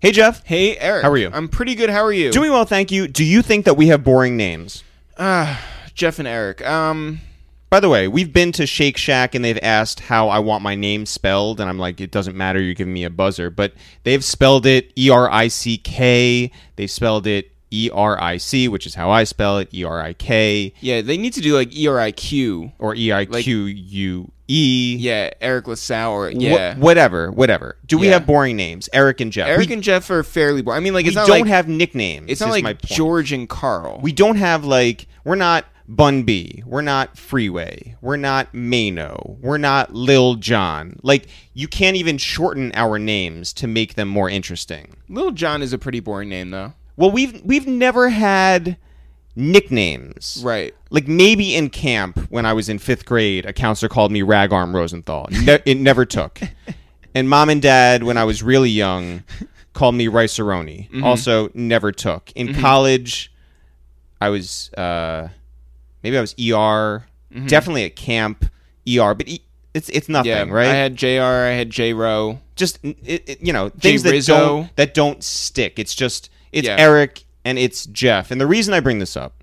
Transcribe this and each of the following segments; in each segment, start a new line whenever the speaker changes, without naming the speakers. Hey, Jeff.
Hey, Eric.
How are you?
I'm pretty good. How are you?
Doing well, thank you. Do you think that we have boring names?
Ah, Jeff and Eric. Um,
By the way, we've been to Shake Shack and they've asked how I want my name spelled, and I'm like, it doesn't matter. You're giving me a buzzer, but they've spelled it E R I C K. They spelled it E R I C, which is how I spell it E R I K
yeah, they need to do like E R I Q.
or E I Q U E.
Yeah, Eric LaSalle. Or,
Wh-
yeah,
whatever, whatever. Do we
Yeah.
have boring names? Eric and Jeff.
Eric
we,
and Jeff are fairly boring. I mean, like
we
it's not
don't
like
have nicknames.
it's not
is
like
my point.
George and Carl.
We don't have like we're not Bun B, we're not Freeway, we're not Mano, we're not Lil John. Like you can't even shorten our names to make them more interesting.
Little John is a pretty boring name though.
Well, we've we've never had nicknames.
Right.
Like maybe in camp when I was in fifth grade, a counselor called me Ragarm Rosenthal. Ne- it never took. And mom and dad, when I was really young, called me Riceroni.
Mm-hmm.
Also never took. In college, I was uh, maybe I was ER. Definitely at camp ER, but e- it's it's nothing,
Mm-hmm. Yeah.
right?
I had Jr. I had J Row.
just it, it, you know things that
Rizzo.
don't, that don't stick. It's just it's
Yeah.
Eric and it's Jeff. And the reason I bring this up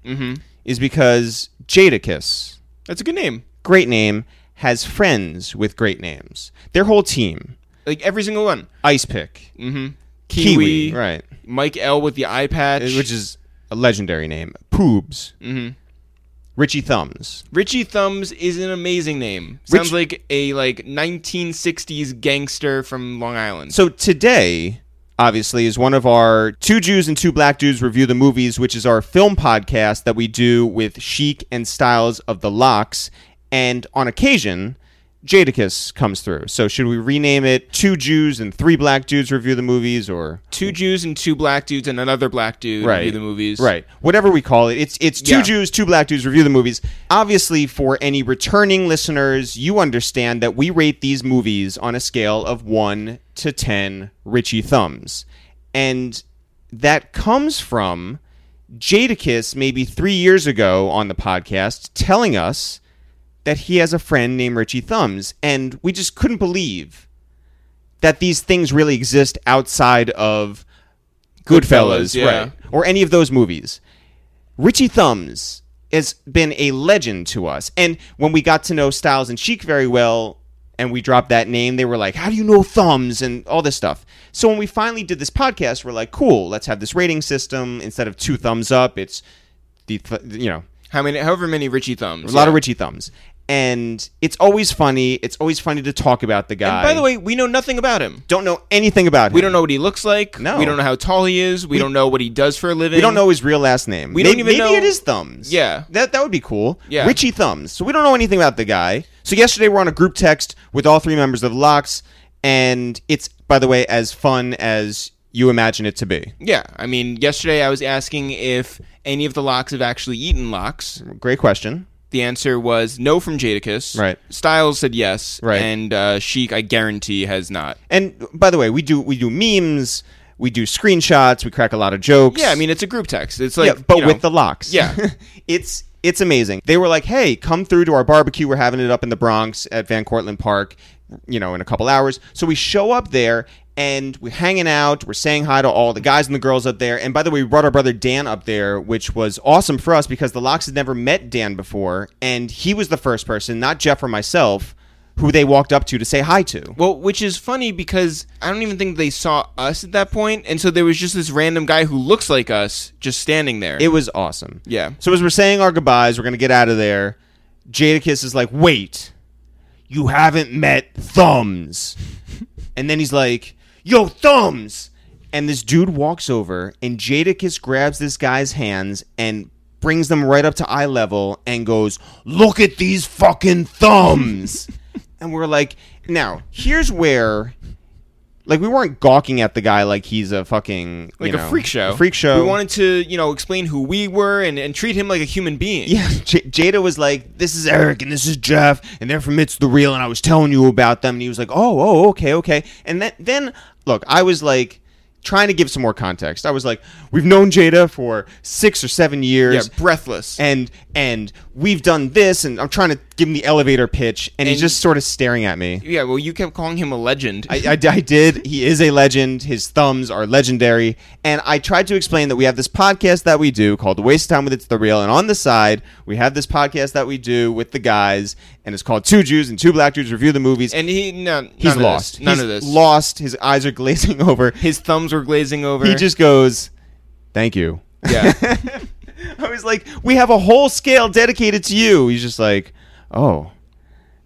is because Jadakiss,
Mm-hmm. That's a good name.
great name, has friends with great names. Their whole team,
Like every single one.
Ice Pick,
Kiwi,
right,
Mike L with the eye patch,
which is a legendary name, Poobs, Richie Thumbs.
Richie Thumbs is an amazing name. Sounds like a like 1960s gangster from Long Island.
So today, obviously, is one of our two Jews and two black dudes review the movies, which is our film podcast that we do with Chic and Styles of the Locks, and on occasion. Jadakiss comes through. So should we rename it Two Jews and Three Black Dudes Review the Movies or
two Jews and two black dudes and another black dude
Right.
do the movies.
Right. Whatever we call it, it's it's two
Yeah.
Jews, two black dudes review the movies. Obviously, for any returning listeners, you understand that we rate these movies on a scale of 1 to 10 Richie thumbs. And that comes from Jadakiss maybe 3 years ago on the podcast telling us that he has a friend named Richie Thumbs and we just couldn't believe that these things really exist outside of
Goodfellas,
Goodfellas,
yeah.
right? Or any of those movies. Richie Thumbs has been a legend to us. And when we got to know Styles and Chic very well, and we dropped that name, they were like, How do you know Thumbs? and all this stuff. So when we finally did this podcast, we're like, Cool, let's have this rating system. Instead of two thumbs up, it's the, th- you know,
How many? However many Richie Thumbs.
a lot of Richie Thumbs. And it's always funny. It's always funny to talk about the guy.
And by the way, we know nothing about him.
don't know anything about him.
We don't know what he looks like.
No.
We don't know how tall he is. We, don't know what he does for a living.
We don't know his real last name.
We
May-
don't even
maybe
know-
it is Thumbs.
Yeah.
that that would be cool.
Yeah.
Richie Thumbs. So we don't know anything about the guy. So yesterday we're on a group text with all three members of Locks, and it's by the way as fun as you imagine it to be.
Yeah, I mean, yesterday I was asking if any of the locks have actually eaten locks.
Great question.
The answer was no from Jadakiss.
Right.
Styles said yes.
Right.
And uh, Sheik, I guarantee, has not.
And by the way, we do we do memes, we do screenshots, we crack a lot of jokes.
Yeah, I mean, it's a group text. It's like,
yeah, but
you know,
with the locks.
Yeah.
it's it's amazing. They were like, "Hey, come through to our barbecue. We're having it up in the Bronx at Van Cortlandt Park, you know, in a couple hours." So we show up there and we're hanging out. We're saying hi to all the guys and the girls up there. And by the way, we brought our brother Dan up there, which was awesome for us because the locks had never met Dan before, and he was the first person, not Jeff or myself, who they walked up to to say hi to.
Well, which is funny because I don't even think they saw us at that point, and so there was just this random guy who looks like us just standing there.
It was awesome.
yeah.
So as we're saying our goodbyes, we're gonna get out of there. Jadakiss is like, "Wait, you haven't met Thumbs," and then he's like, "Yo, Thumbs!" And this dude walks over, and Jadakiss grabs this guy's hands and brings them right up to eye level, and goes, "Look at these fucking thumbs!" and we're like, "Now here's where." Like we weren't gawking at the guy like he's a fucking
Like
you
a
know,
freak show.
freak show.
We wanted to, you know, explain who we were and, and treat him like a human being.
Yeah, J- Jada was like, "This is Eric and this is Jeff, and they're from It's the Real, and I was telling you about them." And he was like, "Oh, oh, okay, okay." And then, then look, I was like, trying to give some more context. I was like, we've known Jada for six or seven
Yeah,
years,
breathless.
and and we've done this, and I'm trying to give him the elevator pitch, and, he's
And-
just sort of staring at me.
yeah, well, you kept calling him a legend.
I, I, I did. He is a legend. His thumbs are legendary. And I tried to explain that we have this podcast that we do called The Waste of Time with It's the Real. And on the side, we have this podcast that we do with the guys, and it's called Two Jews and Two Black Jews Review the Movies.
and he no,
He's
none of
lost.
this. none
He's
of this.
Lost. His eyes are glazing over.
His thumbs were glazing over.
He just goes, "Thank you."
Yeah.
I was like, "We have a whole scale dedicated to you." He's just like, "Oh,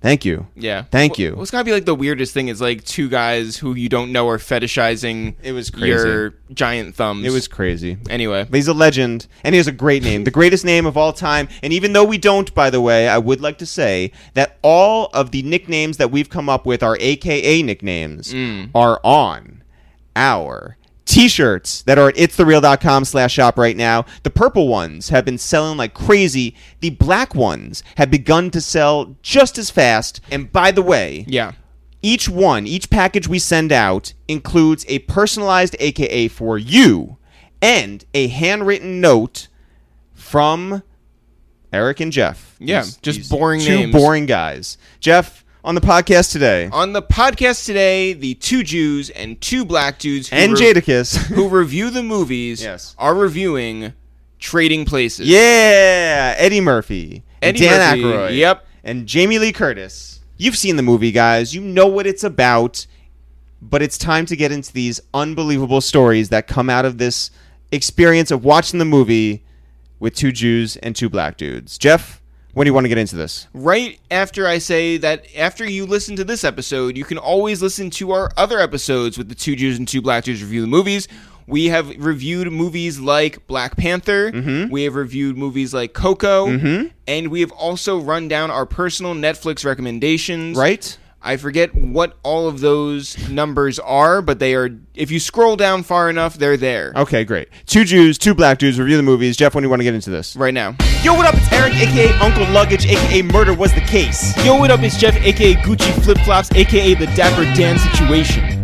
thank you."
yeah.
Thank
Well-
you.
What's gotta be like the weirdest thing is like two guys who you don't know are fetishizing.
It was crazy.
your giant thumbs.
It was crazy.
anyway.
But he's a legend, and he has a great name, the greatest name of all time. And even though we don't, by the way, I would like to say that all of the nicknames that we've come up with, our AKA nicknames, are on our t-shirts that are at itsthereal.com slash shop right now the purple ones have been selling like crazy the black ones have begun to sell just as fast and by the way
Yeah.
each one, each package we send out includes a personalized AKA for you and a handwritten note from Eric and Jeff.
Yeah, just boring
two
names. Oh,
boring guys. Jeff on the podcast today
On the podcast today, the two Jews and two black dudes who
and
were-
Jadakiss.
who review the movies
Yes.
are reviewing Trading Places.
yeah, Eddie Murphy, and
Eddie
Dan
Murphy,
Aykroyd,
yep.
and Jamie Lee Curtis. You've seen the movie, guys. You know what it's about. but it's time to get into these unbelievable stories that come out of this experience of watching the movie with two Jews and two black dudes. Jeff, when do you want to get into this?
Right after I say that, after you listen to this episode, you can always listen to our other episodes with the two Jews and two black Jews review the movies. We have reviewed movies like Black Panther.
Mm-hmm.
We have reviewed movies like Coco. And we have also run down our personal Netflix recommendations.
Right?
I forget what all of those numbers are, but they are, if you scroll down far enough, they're there
Okay, great. Two Jews, two black dudes, review the movies. Jeff, when do you want to get into this?
right now.
Yo, what up? It's Eric, aka Uncle Luggage, aka Murder Was the Case.
Yo, what up? It's Jeff, aka Gucci Flip Flops, aka the Dapper Dan situation.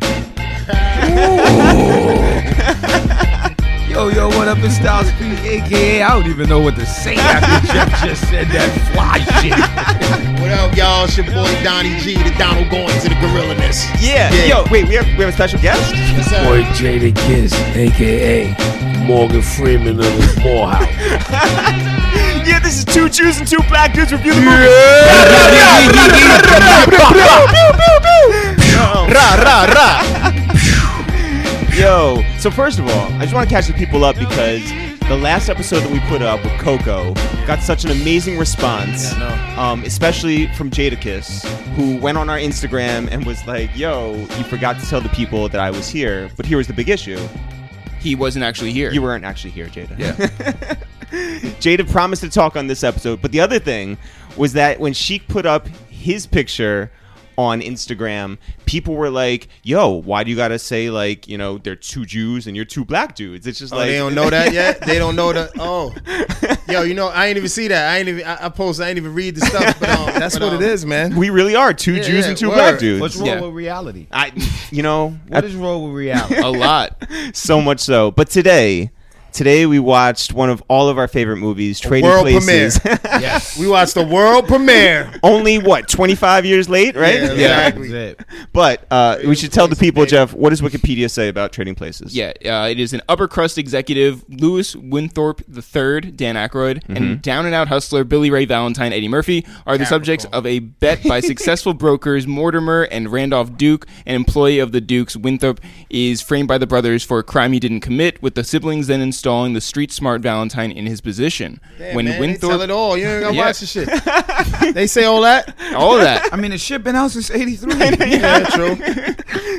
Yo, yo, what up? It's Styles P, aka I don't even know what to say after Jeff just said that fly shit.
What up, y'all? It's your boy Donnie G, the Donald going to the Gorilla Nest.
Yeah.
Yeah.
Yo, wait, we have, we have a special guest?
What's up?
Boy Jada Kiss, aka Morgan Freeman of the Morehouse.
Yeah, this is Two Jews and Two Black Dudes, review the movies. Ra, ra, ra. Yo, so first of all, I just want to catch the people up because the last episode that we put up with Coco got such an amazing response, um, especially from Jadakiss, who went on our Instagram and was like, "Yo, you forgot to tell the people that I was here, but here was the big issue:
He wasn't actually here.
you weren't actually here, Jada." Yeah. Jada promised to talk on this episode, but the other thing was that when Sheik put up his picture on Instagram, people were like, "Yo, why do you gotta say like you know they're two Jews and you're two black dudes?" It's just
Oh,
like
they don't know that yet. They don't know that. Oh, yo, you know, I ain't even see that. I ain't even. I, I post. I ain't even read the stuff. But, um,
That's
but,
what
um,
it is, man.
we really are two
Yeah,
Jews
yeah,
and two
word.
black dudes.
What's wrong
Yeah.
with reality?
I, you know,
What is wrong with reality?
a lot.
so much so. But today, today we watched one of all of our favorite movies, Trading
world
Places.
We watched the world premiere.
Only what twenty five years late, right?
Yeah.
That's
Exactly.
it.
But uh, we should tell the
Places,
people,
baby.
Jeff, what does Wikipedia say about Trading Places?
Yeah, uh, it is an upper crust executive, Lewis Winthorpe III, Dan Aykroyd,
Mm-hmm.
and down and out hustler Billy Ray Valentine, Eddie Murphy are the subjects of a bet by successful brokers Mortimer and Randolph Duke, an employee of the Dukes. Winthrop is framed by the brothers for a crime he didn't commit, with the siblings then installing the street smart Valentine in his position.
Damn, man, they tell it all. You ain't gotta
Yeah.
watch the shit. They say all that.
all that.
I mean, the shit been out since '83. yeah,
Yeah, true.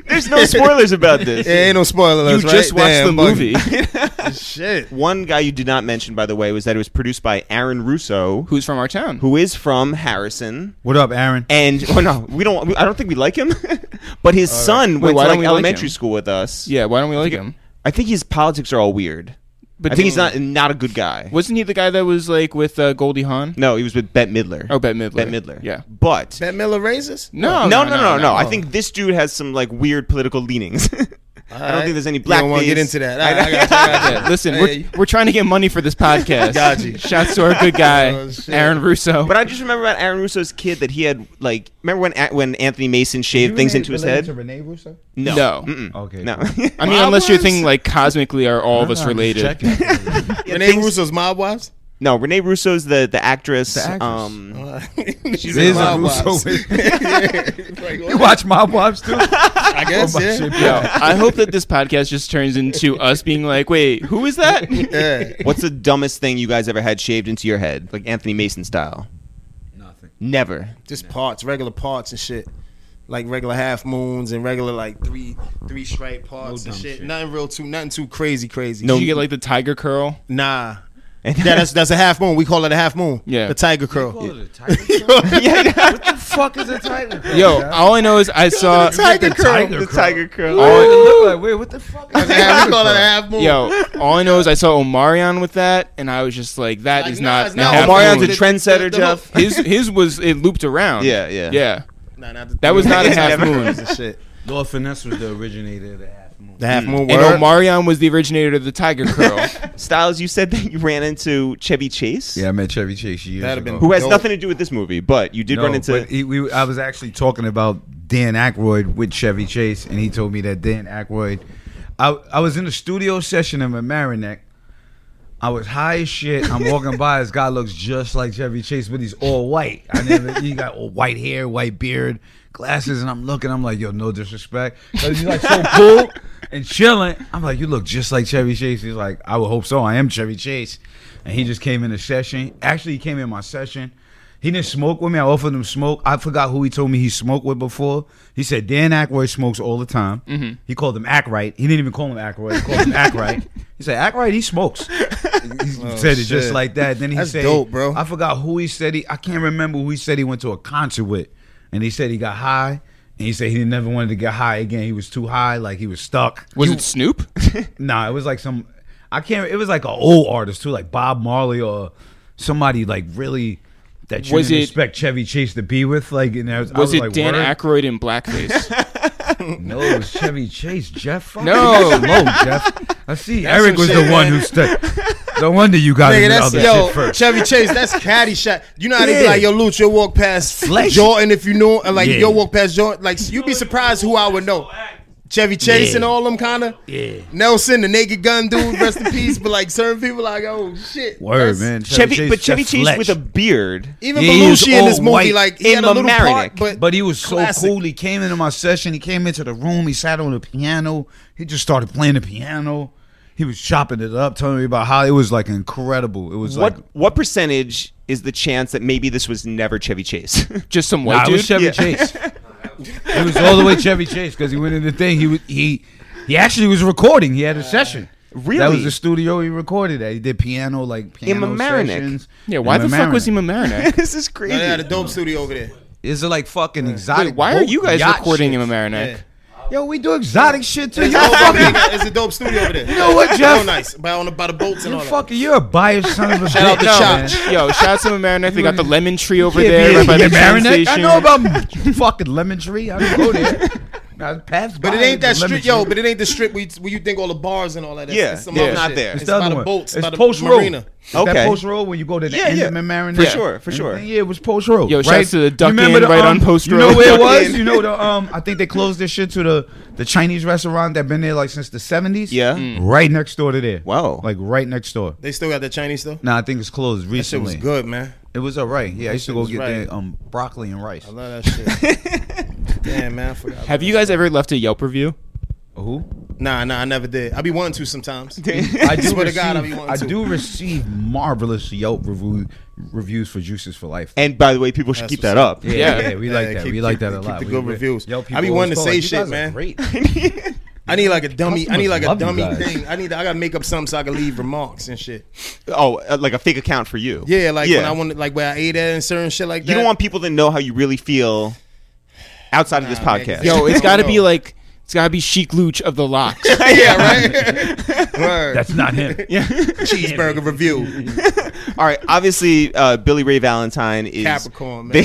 There's no spoilers about this.
Yeah, ain't no spoiler
You
alert, right?
just watched the
Damn, bugger.
movie.
Shit.
One guy you did not mention, by the way, was that it was produced by Aaron Russo,
Who's from our town?
who is from Harrison.
What up, Aaron?
And oh no, we don't. I don't think we like him. but his son
Wait,
went
why
to
don't
like
we like
elementary
him?
school with us.
Yeah, why don't we like him?
I think his politics are all weird.
But
I think he's
didn't-
not not a good guy.
Wasn't he the guy that was like with uh, Goldie Hawn?
No, he was with Bette Midler.
Oh, Bette Midler.
Bette Midler.
Yeah. Oh,
but
That Miller raises.
No,
no, no, no, no, I think this dude has some like weird political leanings. I don't think there's any
You
black.
don't want to get into that. I, I got you. I got
Yeah, listen,
Hey.
we're, we're trying to get money for this podcast.
Got you.
Shouts to our good guy,
Oh, shit.
Aaron Russo.
But I just remember about Aaron Russo's kid that he had like. Remember when A- when Anthony Mason shaved things into his head? No.
No.
Mm-mm.
Okay,
No.
cool.
I mean,
Mob
unless you're
wives?
thinking like cosmically, are all of us related?
you. Renee
things-
Russo's mob wives.
no. Renee Russo's the the actress.
The actress.
Um,
She's
There's
in
a
mob
Russo.
wives. Yeah. Like,
You
what?
watch Mob Wives too?
I guess.
Oh, my
yeah.
shit,
Yo, I hope that this podcast just turns into us being like, wait, who is that?
Yeah.
what's the dumbest thing you guys ever had shaved into your head, like Anthony Mason style?
Nothing.
Never.
Just parts, regular parts and shit. Like regular half moons and regular like three three stripe parts and
dumb
shit.
shit.
Nothing real too nothing too crazy crazy.
Did you get like the tiger curl?
Nah. Yeah, that's that's a half moon. We call it a half moon.
Yeah.
The tiger curl.
What the fuck is a tiger? Curl,
Yo,
guy?
all I know is I saw.
Uh, tiger curl.
tiger
The
curl.
tiger curl.
Oh, it look like wait, what the fuck? Is a
Yeah,
tiger
we call it a
curl?
half moon.
Yo, all I know is I saw Omarion with that, and I was just like, that
Like,
is
nah,
not.
it's not
half
Omarion's
moon.
a trendsetter,
The- the whole-
Jeff.
his his was it looped around.
Yeah, yeah.
yeah.
Nah, not the
That was not a
It's
half
never-
moon.
it's a shit.
Lord Finesse was the originator of the half moon.
The half moon.
Mm. And
word.
Omarion was the originator of the tiger curl.
Styles, you said that you ran into Chevy Chase,
Yeah, I met Chevy Chase years
That'd have
ago.
been-
who has
Dope.
nothing to do with this movie, but you did
No,
run into.
but he, we, I was actually talking about Dan Aykroyd with Chevy Chase, and he told me that Dan Aykroyd. I, I was in a studio session in Mamaroneck. I was high as shit. I'm walking by. This guy looks just like Chevy Chase, but he's all white. I never, he got all white hair, white beard, glasses, and I'm looking. I'm like, yo, no disrespect. But he's like so cool and chilling. I'm like, you look just like Chevy Chase. He's like, I would hope so. I am Chevy Chase. And he just came in the session. Actually, he came in my session. He didn't smoke with me. I offered him smoke. I forgot who he told me he smoked with before. He said Dan Aykroyd smokes all the time. He called him Ackright. He didn't even call him Ackroyd. He called him Ackright. He said Ackright. He smokes. He said it just
Oh, shit.
like that. Then he
That's
said,
dope, bro.
I forgot who he said he. I can't remember who he said he went to a concert with, and he said he got high. And he said he never wanted to get high again. He was too high, like he was stuck.
Was it Snoop?
Nah, it was like some. I can't. It was like an old artist too, like Bob Marley or somebody like really that you
Was
didn't
it-
expect Chevy Chase to be with. Like, and I was, I
Was it
like,
Dan
word?
Aykroyd in blackface?
No, it was Chevy Chase. Jeff. Fuck
No.
you guys alone, Jeff. I see.
That's
Eric
some
was
shit,
the one
man.
who stuck. No wonder you got
Nigga,
into
that's
other
yo,
shit first.
Chevy Chase. That's caddy shot. You know how they be
Yeah.
like, yo, Luch, you'll walk past
Flex.
Jordan if you know, and like
Yeah.
you'll walk past Jordan. Like you'd be surprised who I would know. Chevy Chase
Yeah.
and all them kind of.
Yeah.
Nelson, the Naked Gun dude, rest in peace. But like certain people, like oh shit,
Word,
that's-
man.
Chevy, but Chevy
Jeff
Chase
Fletch.
with a beard.
Even
Yeah, he was
Belushi in this
all
movie,
white
like he
in
had a little
Mamaroneck.
part, but,
But he was so
Classic.
cool. He came into my session. He came into the room. He sat on the piano. He just started playing the piano. He was chopping it up, telling me about how it was like incredible. It was
What
like
what percentage is the chance that maybe this was never Chevy Chase?
Just some
Nah,
white
it
dude.
was Chevy Chase. it was all the way Chevy Chase because he went in the thing. He was he he actually was recording. He had a session. That
really?
was the studio he recorded at. He did piano like piano
Mamaroneck.
sessions.
Yeah, why
in
the fuck was he
Mamaroneck.
Mamaroneck?
this is
No,
crazy.
they had a Oh, dope studio over there.
Is it like fucking exotic?
Wait, why are
boat
you guys
yacht
recording
shit?
in Mamaroneck?
Yo, we do exotic shit too. You
Dope
fucking
studio. It's a dope studio over there. You
know what,
Real
Jeff?
nice. By on the, by the boats and
You
all that.
fucking, you're a biased son of a
Shout
bitch.
out to
man.
Chach.
Yo, shout out to Mamaroneck. They got the lemon tree over
Yeah,
there
yeah,
right by the
yeah,
train
Marinette. I
station.
know about fucking lemon tree. I don't go there. I pass
But
by
it ain't
the
that
lemon
strip, yo.
tree.
But it ain't the strip where you, where you think all the bars and all that. is.
Yeah,
it's some
yeah.
other
It's not
shit.
there.
It's,
the
by
other
the
one.
boats.
It's
by the
post
marina.
road. It's
Okay.
that post road where you go to the
Yeah,
end
yeah.
of Marinette.
For sure, for sure.
Yeah, it was post road.
Yo, shouts to the Duck
You remember
Inn right
um,
on Post
You know
Road.
where it
Duck
was?
Inn.
You know the um. I think they closed this shit to the the Chinese restaurant that been there like since the seventies.
Yeah.
right next door to there.
Wow.
like right next door.
They still got that Chinese stuff.
Nah, I think it's closed
That shit was
recently.
good, man.
It was alright. Yeah, I used to
shit
go
was
get
right.
the um broccoli and rice.
I love that shit. Damn, man. I forgot. about
Have you guys ever left a Yelp review?
Who?
that. Nah, nah. I never did. I be wanting to sometimes.
I do
Swear to
receive,
God, I be wanting
I
to.
do receive marvelous Yelp review, reviews for Juices for Life.
and by the way, people should
That's
keep
what's
that up.
Yeah,
Yeah.
yeah, we like
Yeah,
that.
keep-
we like
keep-
that a
keep
lot.
the
We-
good
we-
reviews.
Yelp
I
people
be
always
wanting to
call,
say
like, you
shit,
guys are
man.
Great.
I need like a dummy. I need like a
Customers love
dummy
you guys.
thing. I need. I gotta make up something so I can leave remarks and shit.
Oh, uh, like a fake account for you.
Yeah, like
yeah.
when I wanted, like where I ate at and certain shit like that.
you don't want people to know how you really feel outside of this
Nah, man,
podcast.
yo,
Yo, it's got to be like It's gotta be Chic Luch of the Locks.
yeah, right. Word.
That's not him.
cheeseburger review.
All right, obviously uh, Billy Ray Valentine is
Capricorn, man.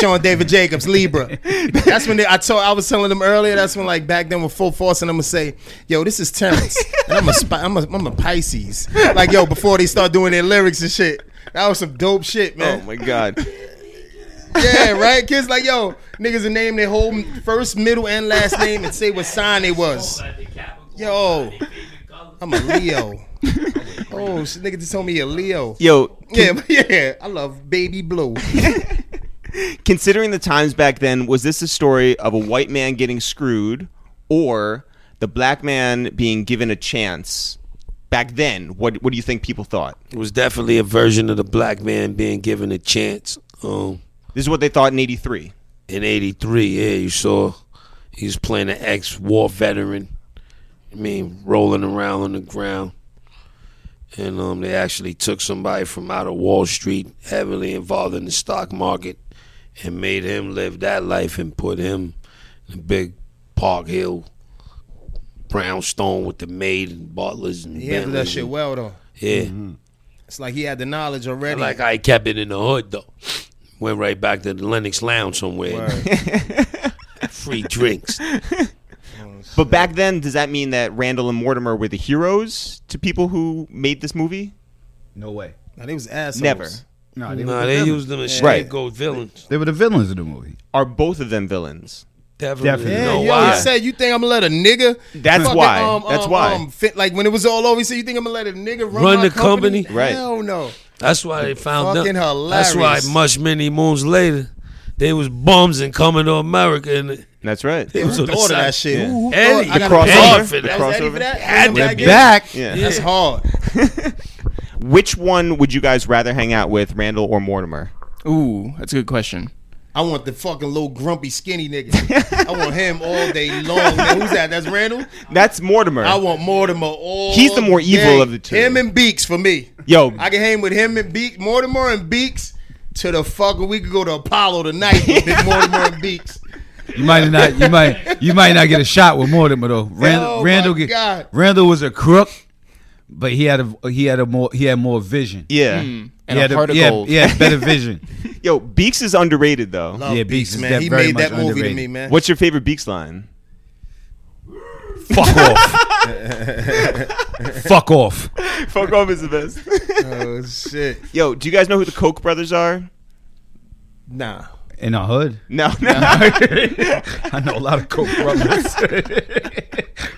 Sean David Jacobs, Libra. That's when they, I told I was telling them earlier. That's when like back then with full force, and I'm gonna say, "Yo, this is Terrence, and I'm a, spi- I'm a I'm a Pisces." Like yo, before they start doing their lyrics and shit, that was some dope shit,
Oh
man.
my god.
Yeah, right. Kids like yo, niggas will name their whole first, middle, and last name and say what sign they was. Yo, I'm a Leo. Oh, shit, nigga just told me a Leo.
Yo,
Yeah, yeah. I love baby blue.
considering the times back then, was this a story of a white man getting screwed or the black man being given a chance? Back then, what what do you think people thought?
It was definitely a version of the black man being given a chance. Um,
This is what they thought in '83.
in '83, yeah, you saw he was playing an ex-war veteran. I mean, rolling around on the ground, and um, they actually took somebody from out of Wall Street, heavily involved in the stock market, and made him live that life and put him in a big Park Hill brownstone with the maid and butlers and
He handled that
Bentleys
shit Mm-hmm.
and-
well though.
Yeah.
It's like he had the knowledge
I
already.
like I kept it in the hood though. Went right back to the Lennox Lounge somewhere. Free drinks.
But back then, does that mean that Randall and Mortimer were the heroes to people who made this movie?
No way.
Now, they was assholes.
Never.
No, they,
No,
were the
they
villains.
used them as
Right.
scapegoat villains.
They were the villains of the movie.
Are both of them villains?
Definitely.
Definitely.
Yeah,
No,
yo,
why?
he said you think I'm gonna let a nigga. um,
That's why. That's why.
fit, like when it was all over, he said you think I'm gonna let a nigga run,
Run
my
the
company?
company?
Right.
Hell no.
That's why they found
Fucking
them. That's why
hilarious.
much many moons later, they was bums and coming to America and
That's right.
they was on the
Thought of
side.
that shit.
Yeah.
Who
Eddie,
thought- I
the
gotta-
crossover.
Eddie for that.
The
That was Eddie
crossover.
for that?
Had
Bring
to
him
be.
in?
Back.
Yeah.
That's hard.
Which one would you guys rather hang out with, Randall or Mortimer?
Ooh, that's a good question.
I want the fucking little grumpy skinny nigga. I want him all day long. Man, who's that? That's Randall.
That's Mortimer.
I want Mortimer all.
He's the more evil
day.
of the two.
Him and Beeks for me.
Yo,
I can hang with him and Beaks, Mortimer and Beeks to the fucking. We could go to Apollo tonight with Big Mortimer and Beeks.
You might not. You might. You might not get a shot with Mortimer though. Randall.
Oh, my
Randall. get-
God.
Randall was a crook, but he had a. He had a more. He had more vision.
yeah.
And
he
a
had
heart of
he had-
gold.
he had better vision.
Yo, Beeks is underrated though.
Love
Yeah, Beaks
Beaks,
is
man.
that
He
very
made that
much
movie to
underrated.
me, man.
What's your favorite Beeks line?
Fuck off. Fuck off.
Fuck off is the best.
Oh shit.
Yo, do you guys know who the Koch brothers are?
Nah.
In a hood.
No, no.
I know a lot of coke brothers.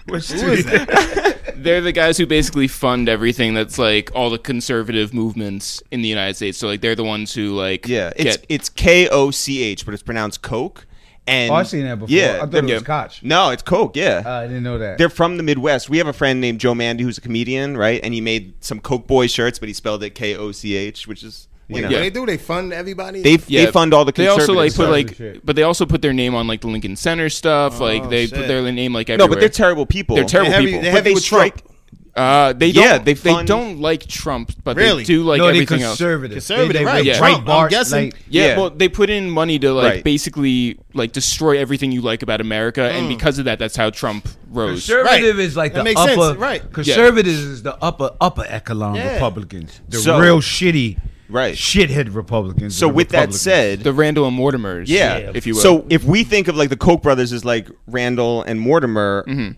Which two is that?
They're the guys who basically fund everything that's like all the conservative movements in the United States. So like they're the ones who like
yeah, it's
get-
it's K O C H, but it's pronounced Coke. And
Oh, I've seen that before.
Yeah,
I thought
they're-
it was
yeah.
Koch.
No, it's Coke. Yeah.
Uh, I didn't know that.
they're from the Midwest. We have a friend named Joe Mandy who's a comedian, right? And he made some Coke Boy shirts, but he spelled it K O C H, which is you know
What they do? They fund everybody.
they
Yeah.
they fund all the
They
conservatives.
also like put
Conservative
like,
shit.
but they also put their name on like the Lincoln Center stuff. like they put
shit.
their name like
no,
everywhere.
but they're terrible people.
They're terrible
They heavy-
people.
they
But
heavy
they
with
strike.
Trump.
Uh, they
Yeah,
don't.
they
they
fund-
don't like Trump, but
Really?
they do like
no, they
everything else.
conservative.
Conservative,
they, they,
right.
They
Yeah.
Breitbart,
Trump, I'm guessing.
like,
Yeah,
Yeah.
well, they put in money to like
Right.
basically like destroy everything you like about America, and because of that, that's how Trump rose.
Conservative
Right.
is like
That
the
makes sense,
upper.
right.
Conservatives is the upper upper echelon
Yeah.
Republicans, the
So-
real shitty,
Right.
shithead Republicans.
So
the
with that
Republicans.
said,
The Randall and Mortimers,
Yeah.
if you will.
So if we think of like the Koch brothers as like Randall and Mortimer,
Mm-hmm.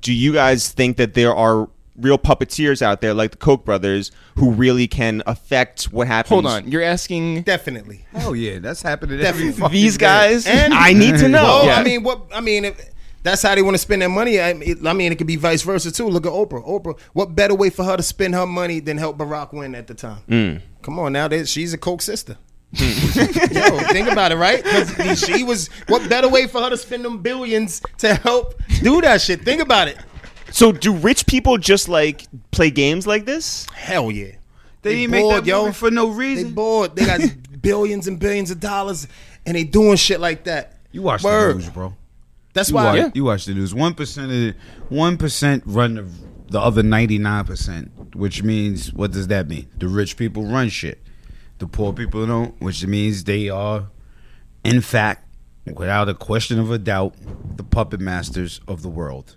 do you guys think that there are real puppeteers out there like the Koch brothers who really can affect what happens?
hold on, you're asking.
definitely.
oh yeah, that's happening.
Definitely.
Every fucking
These
day.
guys,
And-
I need to know.
Oh,
Yeah.
I mean, what? I mean, if that's how they want to spend their money. I, it, I mean, it could be vice versa too. Look at Oprah. Oprah. What better way for her to spend her money than help Barack win at the time? Come on, now that she's a coke sister. Yo, think about it, right? 'Cause she was. What better way for her to spend them billions to help do that shit? Think about it.
So do rich people just like play games like this?
Hell yeah.
They didn't
bored,
make that
yo.
movie for no
They
reason.
bored. They got billions and billions of dollars, and they doing shit like that.
You watch the
Word.
news, bro.
That's
You
why.
watch,
Yeah.
you watch the news. One percent of one percent run the the other ninety nine percent, which means what does that mean? The rich people run shit, the poor people don't, which means they are, in fact, without a question of a doubt, the puppet masters of the world.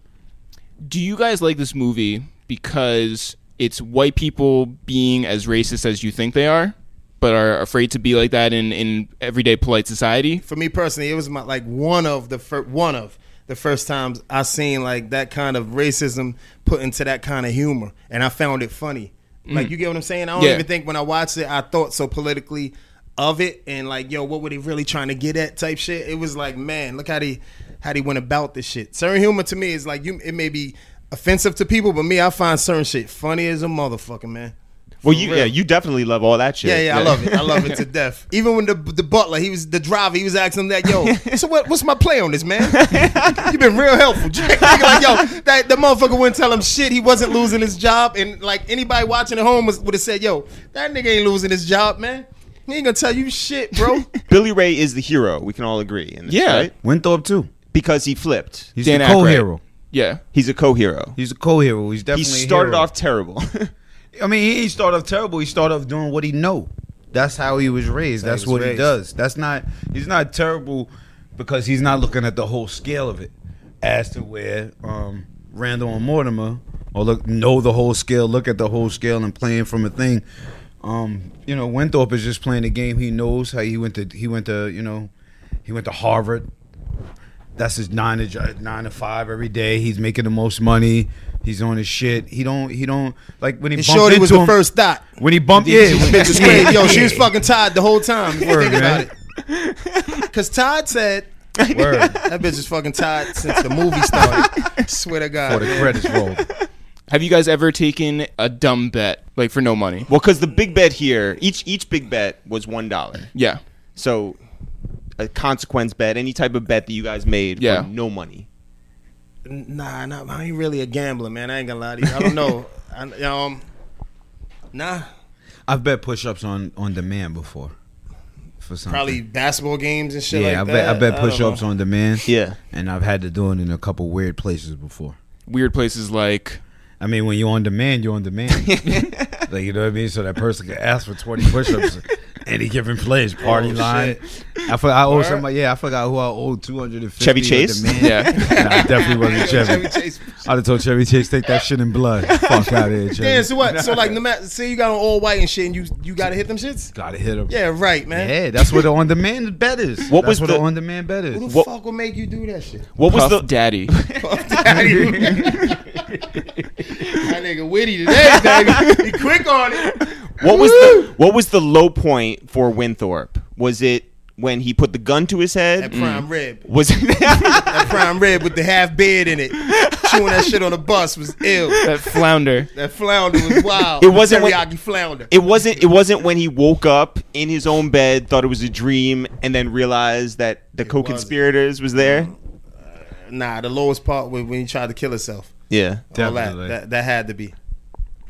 Do you guys like this movie because it's white people being as racist as you think they are, but are afraid to be like that in, in everyday polite society?
for me personally, it was my like one of the fir- one of the first times I seen like that kind of racism put into that kind of humor, and I found it funny. Like you get what I'm saying? I don't
Yeah.
even think when I watched it, I thought so politically of it, and like yo, what were they really trying to get at? Type shit. It was like, man, look how they how they went about this shit. Certain humor to me is like you. It may be offensive to people, but me, I find certain shit funny as a motherfucker, man.
Well,
For
you
real.
yeah, you definitely love all that shit.
Yeah, yeah, I love it. I love it to death. Even when the the butler, he was the driver, he was asking him that, yo, so what, what's my play on this, man? You've been real helpful. Jack. Nigga, like, yo, that the motherfucker wouldn't tell him shit. He wasn't losing his job, and like anybody watching at home was, would have said, yo, that nigga ain't losing his job, man. He ain't gonna tell you shit, bro.
Billy Ray is the hero. We can all agree. In this,
Yeah.
right?
Winthorpe too.
because he flipped.
He's
Dan
the
Aykroyd.
co-hero.
Yeah.
He's a co-hero.
He's a co-hero. He's
He
definitely. a
started
hero.
off terrible.
I mean, he ain't start off terrible. He started off doing what he know. That's how he was raised. That's
was
what he
raised.
does. That's not. He's not terrible because he's not looking at the whole scale of it. As to where um, Randall and Mortimer, or look, know the whole scale, look at the whole scale, and playing from a thing. Um, you know, Winthorpe is just playing the game. He knows how he went to. He went to. You know, he went to Harvard. That's his nine to j- nine to five every day. He's making the most money. He's on his shit. He don't. He don't like when he.
And
bumped
Shorty was
into
the
him-
first dot.
when he bumped yeah, when-
Bitch was crazy. Yo, she was fucking tired the whole time. If you
Word,
think about
man.
it. Cause Todd said
word
that bitch is fucking tired since the movie started. Swear to God.
for the
man.
credits roll.
Have you guys ever taken a dumb bet, like for no money?
well, because the big bet here, each each big bet was one dollar.
Yeah.
So, a consequence bet, any type of bet that you guys made,
Yeah.
for no money.
Nah, nah, I ain't really a gambler, man. I ain't gonna lie to you. I don't know. I, um, nah,
I've bet push-ups on on demand before for something.
probably basketball games and shit
yeah,
like
I bet
that.
I bet
don't
push-ups
know.
on demand.
Yeah.
and I've had to do it in a couple weird places before.
Weird places like
I mean, when you're on demand, you're on demand. like you know what I mean. So that person can ask for 20 push-ups any given place, party line. I for, I owe somebody. Yeah, I forgot who I owed 250.
Chevy
on
Chase?
demand.
Yeah.
Nah, I definitely wasn't Chevy.
Chase.
I'd have told Chevy Chase take that shit in blood. Fuck out of here, Chevy.
Yeah, so what? So like, no matter, say you got on all white and shit, and you you gotta hit them shits.
Gotta hit him.
Yeah, right, man.
Yeah, that's what the on demand bet is.
What was
That's what
the-
on demand bet
Who
is?
the
What-
fuck will make you do that shit?
What was
Puff
the
Daddy.
That nigga witty today, baby. He quick on it.
what was the what was the low point for Winthorpe? Was it when he put the gun to his
That
head? Mm.
Mm.
prime rib.
Was it
That prime rib with the half beard in it. Chewing that shit on the bus was ill.
that flounder.
That flounder was wild.
It wasn't what-
teriyaki flounder.
it wasn't it wasn't when he woke up in his own bed, thought it was a dream, and then realized that the co-conspirators was there.
Nah, the lowest part was when he tried to kill himself.
Yeah,
All that,
Definitely.
that that had to be.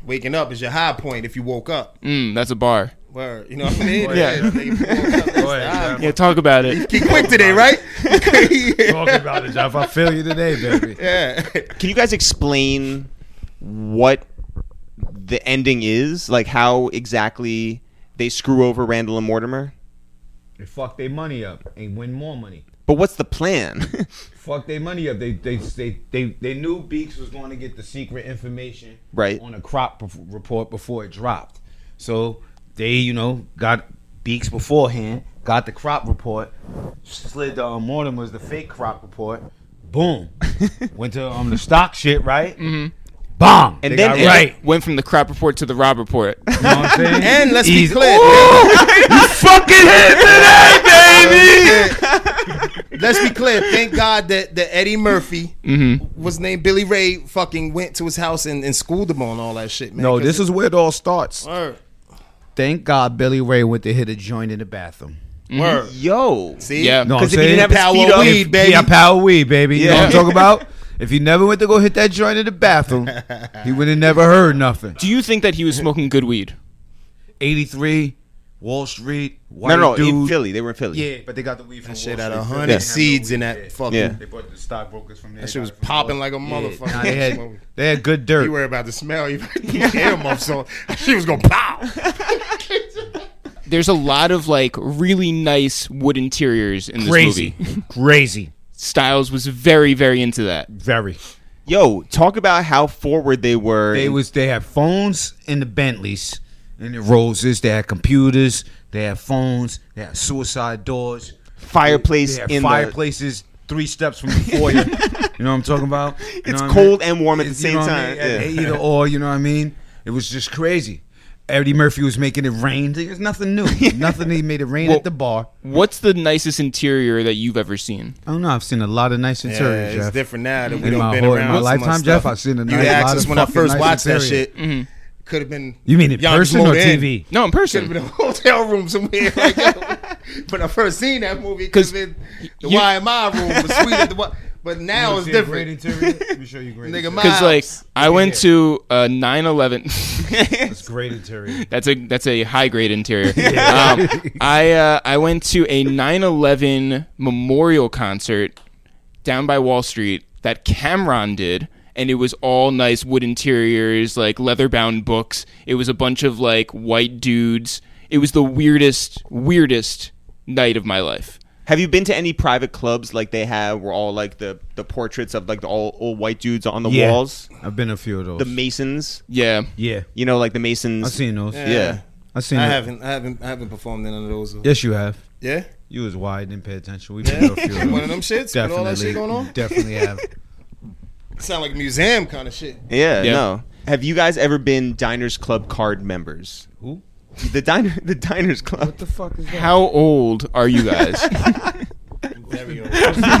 Waking up is your high point if you woke up.
Mm, that's a bar.
Word, you know what I mean?
Yeah.
If you woke up, that's the high point.
Yeah, talk about it.
"Ah, He quick today, right?
Talking about it, Jeff. I feel you today, baby.
yeah.
Can you guys explain what the ending is? Like how exactly they screw over Randall and Mortimer?
They fuck their money up and win more money.
But what's the plan?
Fuck their money up. They they they they, they knew Beeks was going to get the secret information
Right.
on a crop bef- report before it dropped. So they you know got Beeks beforehand, got the crop report, slid um, Mortimer's the fake crop report. Boom, went to um the stock shit right. Mm-hmm. Bomb.
And
They
then-
got
and-
right.
Went from the crap report to the rob report.
You know what I'm saying?
And let's
Easy-
be clear.
fucking hit today, baby.
Let's be clear. Thank God that, that Eddie Murphy
Mm-hmm.
was named Billy Ray. Fucking went to his house and, and schooled him on all that shit, man.
No,
'cause
this
it-
is where it all starts.
word.
Thank God Billy Ray went to hit a joint in the bathroom.
Word.
Mm-hmm. Yo,
See,
Yeah.
No, I'm
because if he didn't have his
Power
feet up,
weed,
If-
baby.
Yeah, power weed, baby. You know what
Yeah.
I'm talking about? If he never went to go hit that joint in the bathroom, he would have never heard nothing.
Do you think that he was smoking good weed?
83, Wall Street, white
no, no, no,
dude.
in Philly, they were in Philly.
Yeah, but they got the weed from Wall
shit
Street.
had a
They
hundred
didn't have
seeds
no
in
weed.
that
Yeah.
fucking.
Yeah.
They bought the stockbrokers from there.
That shit
Got
was
it from Wall-
popping like a motherfucker.
Yeah. Nah, they, had, they had good dirt.
You worry about the smell. You put the earmuffs on. She was gonna pop.
there's a lot of like really nice wood interiors in this
Crazy.
movie.
Crazy.
Styles was very very into that.
Very.
Yo, talk about how forward they were.
They
in-
was they had phones in the Bentleys and the Roses. They had computers. They had phones. They had suicide doors.
fireplace
They had
in
fireplaces three steps from the foyer. you know what I'm talking about? You know
It's
what I mean?
cold and warm at the
It's-
same
you know what
time.
I mean?
Yeah.
They Either or, you know what I mean? It was just crazy. Eddie Murphy was making it rain. There's nothing new. nothing. He made it rain
Well-
at the bar.
What's the nicest interior that you've ever seen?
I don't know. I've seen a lot of nice
Yeah,
interiors,
it's
Jeff.
different now that we
In
don't
my
been
whole- in
around.
my
so much
lifetime,
stuff.
Jeff, I've seen a
You
nice-
asked
lot
us
of
when I
fucking
first
nice
watched that
interior.
shit. Could have Mm-hmm. been.
You mean in
Young
person or
Mo then.
TV?
No, in
Could have
person.
been a hotel room somewhere. Like, yo, when I first seen that movie, it could
'Cause
have been the
you-
YMI room, the suite at the Y- But now it's different.
Let me show you great.
Nigga,
interior.
my
Because like
house.
I went to uh, 9/11.
It's great interior.
That's a that's a high grade interior. um, I uh, I went to a 9/11 memorial concert down by Wall Street that Cameron did, and it was all nice wood interiors, like leather bound books. It was a bunch of like white dudes. It was the weirdest weirdest night of my life.
Have you been to any private clubs like they have where all like the, the portraits of like the all old white dudes on the
Yeah.
walls?
I've been a few of those.
The Masons.
Yeah,
yeah,
You know, like the Masons.
I've seen those.
Yeah.
I've seen.
I
it.
haven't, I haven't, I haven't performed in none of those.
Yes, you have.
Yeah,
You was wide, didn't pay attention. We've been to a few of those.
one of them shits. With all that shit going on.
Definitely have.
Sound like a museum kind of shit.
Yeah,
Yeah.
no. Have you guys ever been Diners Club card members?
Who?
The diner the Diners Club.
the fuck is that?
how old are you guys?
Very old. I'm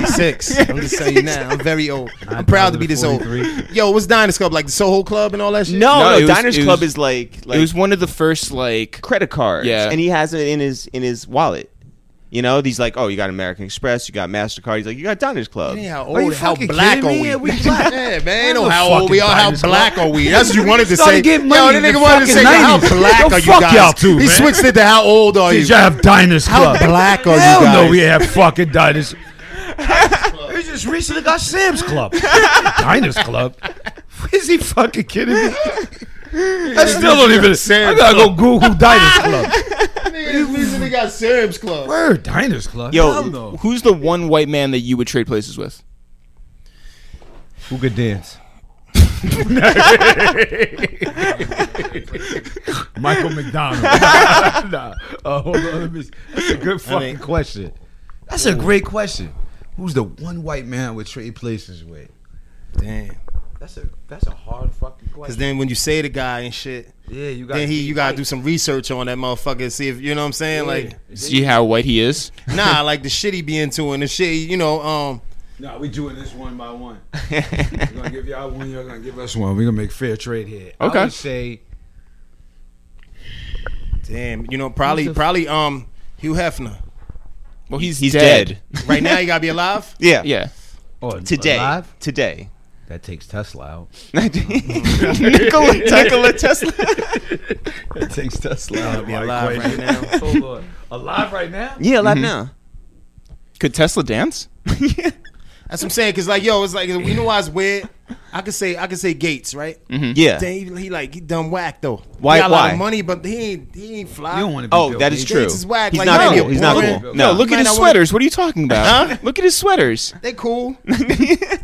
56. I'm just saying now. I'm very old. I'm proud to be this old.
43.
Yo, what's Diners Club like the Soho Club and all that shit?
no,
No,
no,
it was-
Diners
it
Club
was-
is like like
it was one of the first like
credit cards.
Yeah.
And he has it in his in his wallet. You know, he's like, Oh, you got American Express, you got MasterCard, he's like, You got Diners Club.
Hey,
Yeah.
how
you
old? How
fucking
black
kidding
are
me?
we?
Yeah, we black.
yeah, man.
I'm
Know
the
how old
fucking
we are? How
finest
black are we? That's what you wanted to
Started
say.
getting
Yo,
money
the
in the
nigga wanted to say
fucking
how
90s.
black
Yo,
are you
fuck
guys?
y'all too,
he
man.
switched it to how old are you?
Did you have diners
How
club?
black are you
Hell
guys?
no, we have fucking diners. we just recently got Sam's Club. diners Club. Is he fucking kidding me? I still don't even. I gotta go Google Diners Club.
Nigga, this nigga got Serums Club.
Where Diners Club?
yo.
Hell no.
Who's the one white man that you would trade places with?
Who could dance? Michael McDonald. nah. Uh, hold on. Let me, that's a good fucking question. That's a great question. Who's the one white man I would trade places with?
Damn.
That's a that's a hard fucking
Cause
question.
then when you say the guy and shit,
Yeah, you got.
then he you gotta do some research on that motherfucker and see if you know what I'm saying. Like,
See how white he is.
nah, like the shit he be into and the shit you know. Um,
Nah, we doing this one by one. We're gonna give y'all one. You're gonna give us one. We're gonna make fair trade here.
Okay.
I would say
damn, you know, probably probably um Hugh Hefner.
Well, he's
Oh, He's
dead.
dead.
Right now, you gotta be alive.
Yeah.
Yeah.
oh,
Today.
alive?
Today.
That takes Tesla out.
Nikola, Nikola Tesla.
That takes Tesla out.
be alive right now.
Hold on. Alive right now?
Yeah, like now.
Could Tesla dance?
That's what I'm saying. Cause like, yo, it's like you know why it's weird. I could say I could say Gates, right?
Mm-hmm. Yeah.
Damn, he, he like he done whack though.
Why-
He got a lot
why?
of money, but he ain't he ain't fly.
You don't want to be
Oh,
Bill
that is
Gates.
true.
Gates is whack.
He's
Like,
not
no,
cool. He's not
boring.
cool.
No,
No,
look at
Man,
his
I wanna-
sweaters. What are you talking about?
Huh?
Look at his sweaters.
They cool.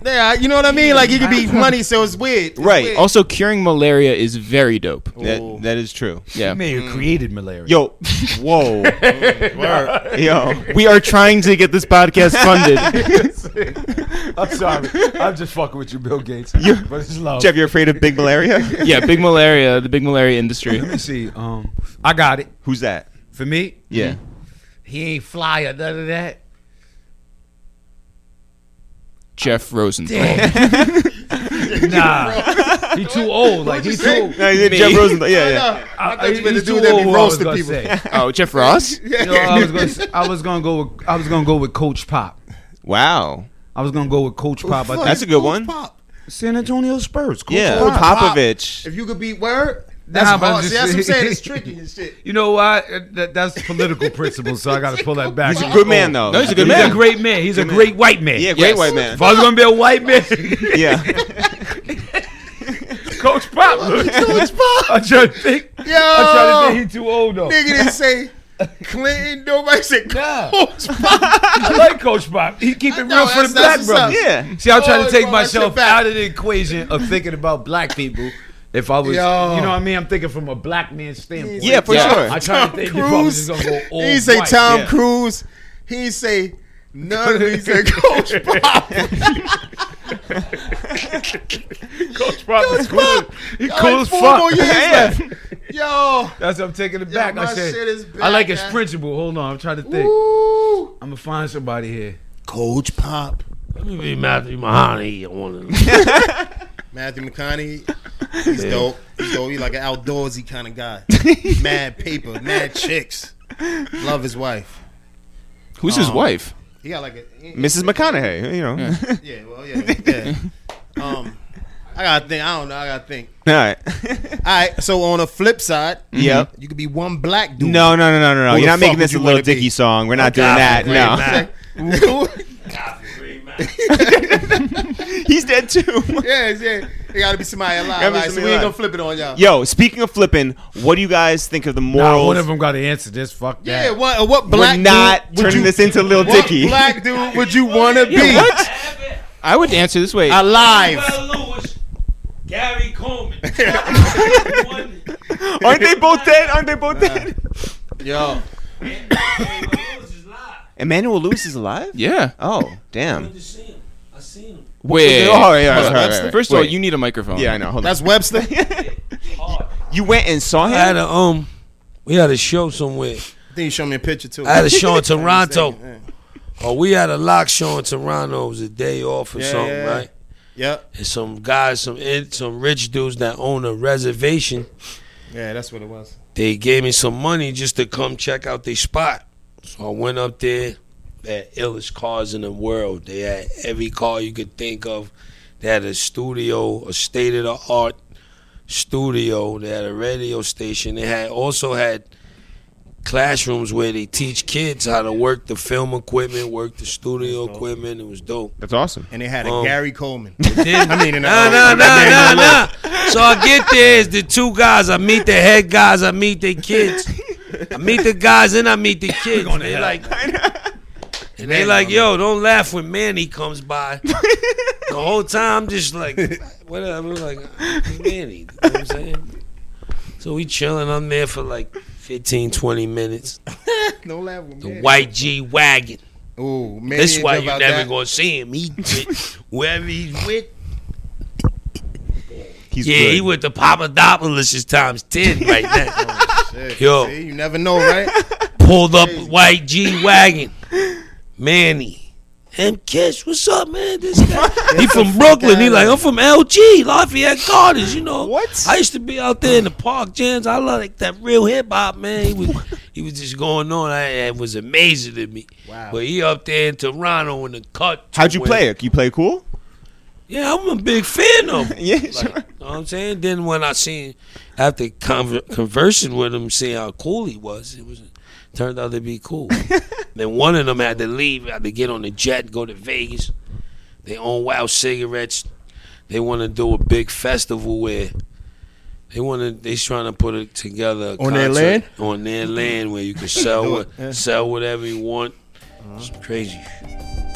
yeah, you know what I mean. Like it could be money, so it's weird. It's
Right. Oh,
weird.
Also, curing malaria is very dope.
That, that is true.
You
Yeah.
may have created malaria.
Yo, whoa,
Word.
yo,
We are trying to get this podcast funded.
I'm sorry. I'm just fucking with you, Bill Gates. but it's love.
Jeff, you're afraid of big malaria?
yeah, big malaria, the big malaria industry.
Let me see. Um, I got it.
Who's that?
For Mm-hmm. me,
Yeah,
he ain't fly or none of that.
Jeff Rosenthal.
Nah, he too old. Like he too.
No, you did Jeff Rosenthal. Yeah, yeah.
I,
thought you meant
he's
the dude
too
that be
old, what I was
roasting
gonna
people.
say.
oh, Jeff Ross?
You know, I was gonna. s- I was gonna go. With, I was gonna go with Coach Pop.
Wow,
I was gonna go with Coach Pop. I
that's a good one.
Pop.
think San Antonio Spurs. Coach
Yeah,
Pop.
Popovich.
If you could be word, that's
Nah, but
hard.
I'm
See, that's what I'm
just-
saying. It's tricky and shit.
You know what? Uh, That, that's political principle, so I got to pull that back.
He's a
Good man though.
No, he's a good
He's
man.
a great man. He's a great white man.
Yeah, great
Yes.
white man.
If I was gonna be a white man,
Yeah,
Coach Pop.
Coach Pop.
I'm trying to think.
Yo,
I'm trying to think. He's too old though.
nigga didn't say Clinton, nobody said
Nah.
Coach
I like Coach Pop. He keep it
know,
real for
that's-
the black
that's what's up.
brothers.
Yeah.
See, I'm trying
Oh,
to take
bro, that shit
myself
back.
out of the equation of thinking about black people. If I was,
Yo.
you know what I mean? I'm thinking from a black man's standpoint.
Yeah, for
Yeah.
sure.
I try to think if I was just gonna go all
he say
white.
Tom
Yeah.
Cruise. He say none. He say Coach Pop.
Coach Pop is cool. He
Y'all
cool
like
as
four
fuck.
more years
Yeah.
Yo,
That's what I'm taking it back.
my
I said,
shit is
I like
back,
his
man.
principle. Hold on, I'm trying to think. I'm gonna find somebody here.
Coach Pop.
Let me be Matthew Mahoney. I want to.
Matthew McConaughey. He's dope. He's dope. He's like an outdoorsy kind of guy. mad paper, mad chicks. Love his wife.
Who's his wife?
He got like a
Mrs. McConaughey, you know.
Yeah, well, yeah, yeah. Um, I gotta think. I don't know. I gotta think.
All right.
All right. So on the flip side,
Mm-hmm. Yep.
you could be one black dude.
No, no, no, no, no, no.
Who
You're
the
not making
fuck
this a
would you
little
wanna be?
Dicky song. We're not doing that. No. He's dead too.
yeah, yeah. It gotta be somebody
Gotta
alive.
be
All right, so
somebody
we
alive.
ain't gonna flip it on y'all.
Yo, speaking of flipping, what do you guys think of the
Nah,
morals?
one of them got to answer this. Fuck
Yeah,
that.
what, uh, what black
We're not
dude would
turning
you-
this into Lil
What
Dicky.
black dude would you wanna be?
what? I would answer this way.
Alive.
Lewis, Gary Coleman.
Aren't they both dead? Aren't they both dead?
Yo.
Emmanuel Lewis is alive?
yeah.
Oh, damn.
Wait.
Oh, all right, all right,
Hold on.
all right, all right.
First of all,
Wait.
you need a microphone.
Yeah, I know. Hold on.
That's Webster. I
You went and saw
I had
him?
a um, we had a show somewhere.
think you showed me a picture too.
I had a show in Toronto.
Yeah.
Oh, we had a lock show in Toronto. It was a day off or
Yeah,
something,
yeah.
right?
Yep.
And some guys, some in, some rich dudes that own a reservation,
Yeah, that's what it was.
they gave me some money just to come check out their spot. So I went up there. They had illest cars in the world. They had every car you could think of. They had a studio, a state of the art studio. They had a radio station. They had also had classrooms where they teach kids how to work the film equipment, work the studio equipment. It was dope.
That's awesome.
And they had a
Um,
Gary Coleman.
Then,
I mean, in
nah,
a-
nah,
in a-
nah,
in a-
nah, nah. So I get there, it's the two guys. I meet the head guys. I meet the kids. I meet the guys, and I meet the kids. And they like, and they like, yo, don't laugh when Manny comes by. the whole time, I'm just like, whatever. Like, "Who's Manny, you know what I'm saying. So we chilling. I'm there for like 15, 20 minutes.
No laugh with
The
me.
white G wagon.
Ooh, man.
That's why you
about
never
that.
gonna see him. He with, wherever he's with.
He's
yeah,
good.
he with the Papadopoulos is times ten right now.
Oh,
Shit.
Yo.
See, you never know, right?
Pulled up white G wagon, Manny. M Kiss, what's up, man? This guy. he from Brooklyn. He like, I'm from LG, Lafayette Gardens, you know.
What?
I used to be out there in the park jams. I love like, that real hip hop, man. He was he was just going on. I, it was amazing to me.
Wow.
But he up there in Toronto in the cut.
How'd you
where-
play it? You play cool?
Yeah, I'm a big fan of him.
Yeah, sure.
You know what I'm saying? Then when I seen after conver- conversing with him, seeing how cool he was, it was turned out to be cool. then one of them had to leave, had to get on the jet, go to Vegas. They own Wow cigarettes. They want to do a big festival where they want to. They's trying to put it together a
On their
concert
land?
on their land where you can sell
Do
what,
it, yeah. Uh-huh.
sell whatever you want. Some crazy.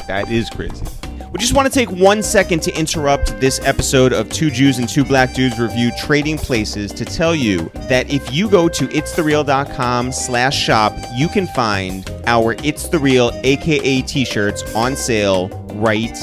That is crazy. We just want to take one second to interrupt this episode of Two Jews and Two Black Dudes Review Trading Places to tell you that if you go to itsthereal.com slash shop, you can find our It's The Real aka t-shirts on sale right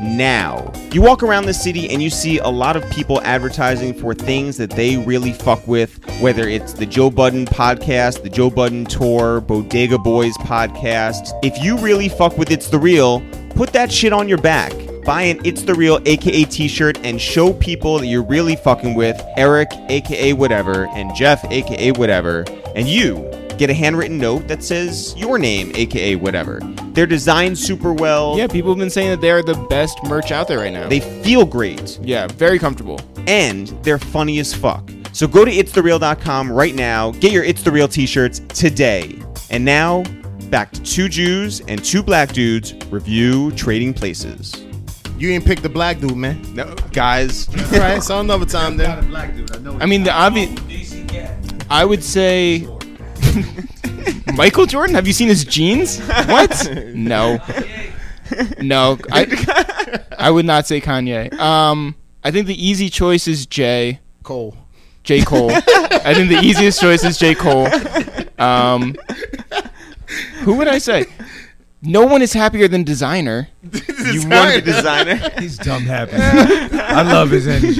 now. You walk around the city and you see a lot of people advertising for things that they really fuck with, whether it's the Joe Budden podcast, the Joe Budden tour, Bodega Boys podcast. If you really fuck with It's the Real, put that shit on your back. Buy an It's the Real aka t-shirt and show people that you're really fucking with Eric aka whatever and Jeff aka whatever and you get a handwritten note that says your name aka whatever. They're designed super well.
Yeah, people have been saying that they are the best merch out there right now.
They feel great
yeah, very comfortable.
and they're funny as fuck. So go to itsthereal.com right now, get your It's the Real t-shirts today. And now, back to two Jews and two black dudes review trading places.
You ain't picked the black dude, man.
No, guys,
All right, so another time
Not
then.
a black dude. I know.
I mean, the obvious. I would say. Michael Jordan? Have you seen his jeans? What? No. No. I, I would not say Kanye. Um, I think the easy choice is Jay.
Cole.
J. Cole. I think the easiest choice is J. Cole. Um, who would I say? No one is happier than designer.
You won the designer.
He's dumb happy. I love his energy.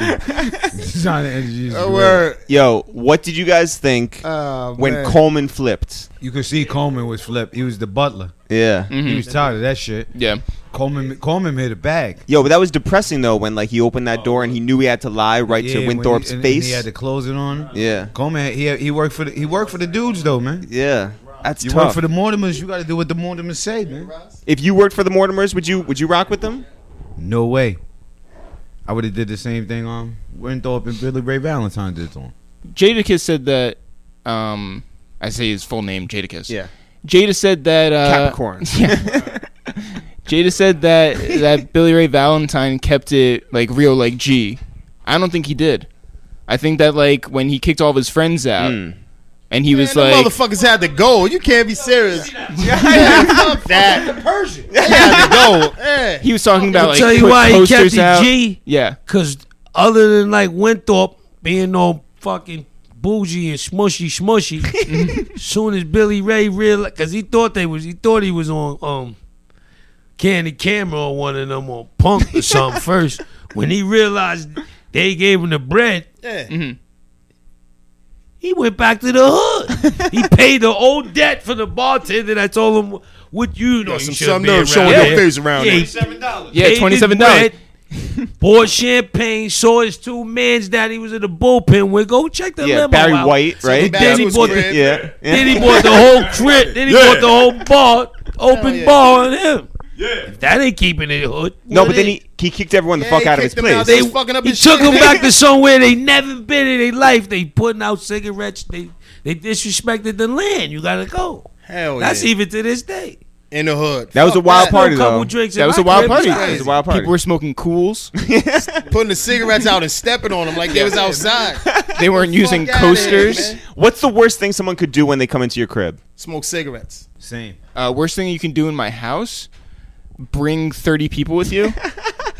Designer energy is great.
Yo, what did you guys think
Uh,
Oh,
when
man.
Coleman flipped?
You could see Coleman was flipped. He was the butler.
Yeah.
He was tired of that shit.
Yeah.
Coleman Coleman made a bag.
Yo, but that was depressing though when like he opened that door and he knew he had to lie right
Yeah,
to
when he-
Winthorpe's
and- and
face.
he had to close it on. him.
yeah.
Coleman, had- he had- he worked for the he worked for the dudes though, man.
Yeah. That's
You work
tough.
for the Mortimers, you got to do what the Mortimers say, man.
if you worked for the Mortimers, would you would you rock with them?
No way. I would have did the same thing um Winthorpe and Billy Ray Valentine did to him.
Jadakiss said that. Um, I say his full name, Jadakiss. Jada said that. Uh,
Capricorn.
Yeah. Jada said that that Billy Ray Valentine kept it like real, like G. I don't think he did. I think that like when he kicked all of his friends out,
Hmm.
and he was
Man, them
like,
motherfuckers had to go. You can't be serious. Yeah, fuck that. Persian. They had to go. Yeah.
he was talking about like
tell you
put
why he kept
posters
the
out.
G.
Yeah,
Cause other than like Winthorpe being all fucking bougie and smushy smushy, soon as Billy Ray realized, cause he thought they was, he thought he was on um, Candy Camera or one of them on Punk or something first. When he realized they gave him the bread,
Yeah.
he went back to the hood. he paid the old debt for the bartender that told him what you know.
some
you shouldn't
some
be
nerve
around
showing
here."
your face around
Yeah,
there.
he
yeah, twenty seven dollars.
Bought champagne, saw his two mans that he was in the bullpen with. Go check the
Yeah,
limo
Barry
out.
White, right?
Then he bought the-
crib.
Yeah.
Then
yeah.
he bought the whole crib. Then he bought the whole bar, open
yeah.
bar on him. If that ain't keeping it hood.
No,
what
but then
is?
he, he kicked everyone the
Yeah,
fuck
he
out of his
kicked them
place.
out. They was fucking up
He
his
took
shit.
them back to somewhere they never been in their life. They putting out cigarettes. They they disrespected the land. You gotta go.
Oh,
Hell
That's
yeah.
even to this day.
In the hood.
That was a
Fuck
wild
that.
party
No couple
though.
drinks
That
in
was
my
a wild
crib
party.
is
It was
crazy.
a wild party.
People were smoking cools.
Putting the cigarettes out and stepping on them like they was outside.
They weren't using
Fuck outta here,
coasters.
man.
What's the worst thing someone could do when they come into your crib?
Smoke cigarettes.
Same.
Uh, worst thing you can do in my house: bring thirty people with you.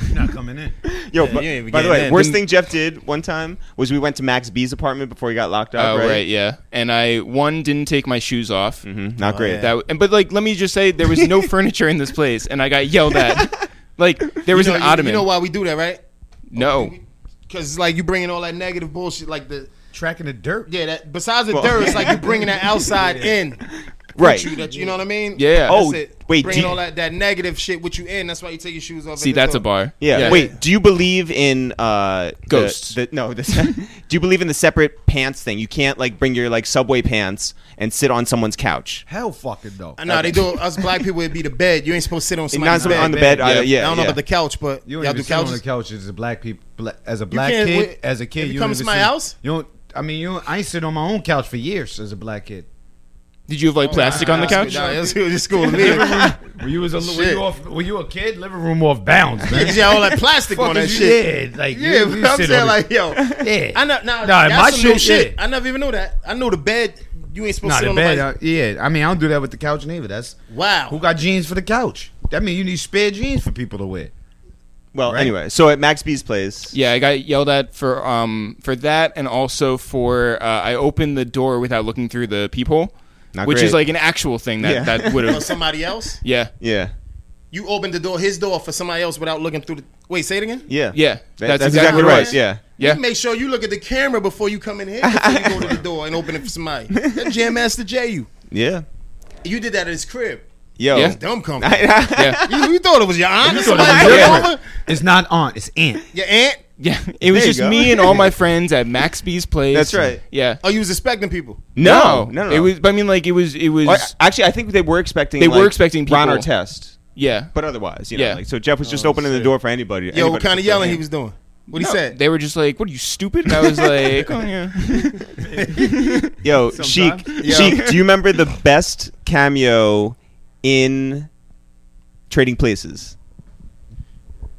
You're not coming in.
Yo,
you ain't
bu-
even
by the
getting
way,
in.
worst thing Jeff did one time was we went to Max B's apartment before he got locked
Oh
up,
right.
right?
yeah. And I one didn't take my shoes off.
Mhm,
Oh,
Not great.
That and but like let me just say there was no furniture in this place, and I got yelled at. Like there was
you know,
an
you-
ottoman.
You know why we do that, right?
no,
Because it's like you bringing all that negative bullshit, like the
Tracking the dirt.
yeah. That besides the
Well-
dirt, it's like you bringing that outside in.
Right.
You, that, you know what I mean?
Yeah.
That's
Oh,
it.
wait,
Bringing
do-
all that, that negative shit with you in. That's why you take your shoes off. at
see
the
that's a
door.
bar.
Yeah. Wait. Do you believe in uh, the-
Ghosts.
The, no. The, do you believe in the separate pants thing? You can't like bring your like subway pants and sit on someone's couch.
Hell fucking though.
Uh, Nah, they do. Us black people would be the bed. You ain't supposed to sit on
Not
somebody's
somebody
bed.
on the
bed,
bed. either.
yeah.
Yeah.
I don't know
yeah.
about the couch, but
You
you
don't
all
even
do
sit on the
couches.
couch as a black people, bla- as a black
can't
kid,
wait-
as a kid.
If you
don't
come to
even
my
sit-
house?
You don't. I mean, you. Don't, I ain't sit on my own couch for years as a black kid.
Did you have
Oh,
like plastic on the couch?
Nah, that's just cool to me.
When you was a were
Shit.
you, off, were you a kid? Living room off bounds, man.
yeah, all that plastic on that
Fuck is you
shit.
did? Like, you-
Yeah,
you
but I'm
sit
saying
on
like, yo,
the- yeah.
I know. Nah,
Nah,
that's
my
some new
shit,
shit.
yeah.
I never even knew that. I know the bed. You ain't supposed
Not
to sit
in
on
bed.
bed.
uh, yeah, I mean, I don't do that with the couch neither. That's
wow.
who got jeans for the couch. That mean you need spare jeans for people to wear.
well,
Right.
anyway. So at Max B's place.
Yeah, I got yelled at for um for that, and also for uh, I opened the door without looking through the peephole,
Not
which is
great.
like an actual thing that
Yeah.
that would
Or
have.
somebody else?
yeah,
Yeah.
You opened the door, his door for somebody else without looking through the. Wait, say it again.
Yeah.
Yeah,
That-
that's
that's,
exactly
exactly,
what it
right.
was.
Yeah.
yeah.
You make sure you look at the camera before you come in here. Before you go to the door and open it for somebody. That jam master J you.
Yeah.
You did that at his crib.
Yo.
Yeah.
Dumb company.
yeah.
you, you thought it was your aunt? or somebody
was your
coming
aunt.
over?
It's not aunt. It's aunt.
Your aunt?
Yeah, it was
There you
just
go.
me and all my friends at Max B's place.
That's right.
Yeah.
Oh, you was expecting people.
No. No. No.
It was. but I mean, like it was. It was.
Or- actually, I think they were expecting.
They were
like,
expecting
Ron
people.
Artest,
yeah.
but otherwise, you know,
Yeah.
like so. Jeff was just opening the door for anybody.
Oh, Yo, what
anybody
kind of
to-
yelling he was doing? What he
No,
said?
They were just like, "What are you stupid?" And I was like, "Oh yeah."
Yo,
Sometimes.
Sheik, Sheik, do you remember the best cameo in Trading Places?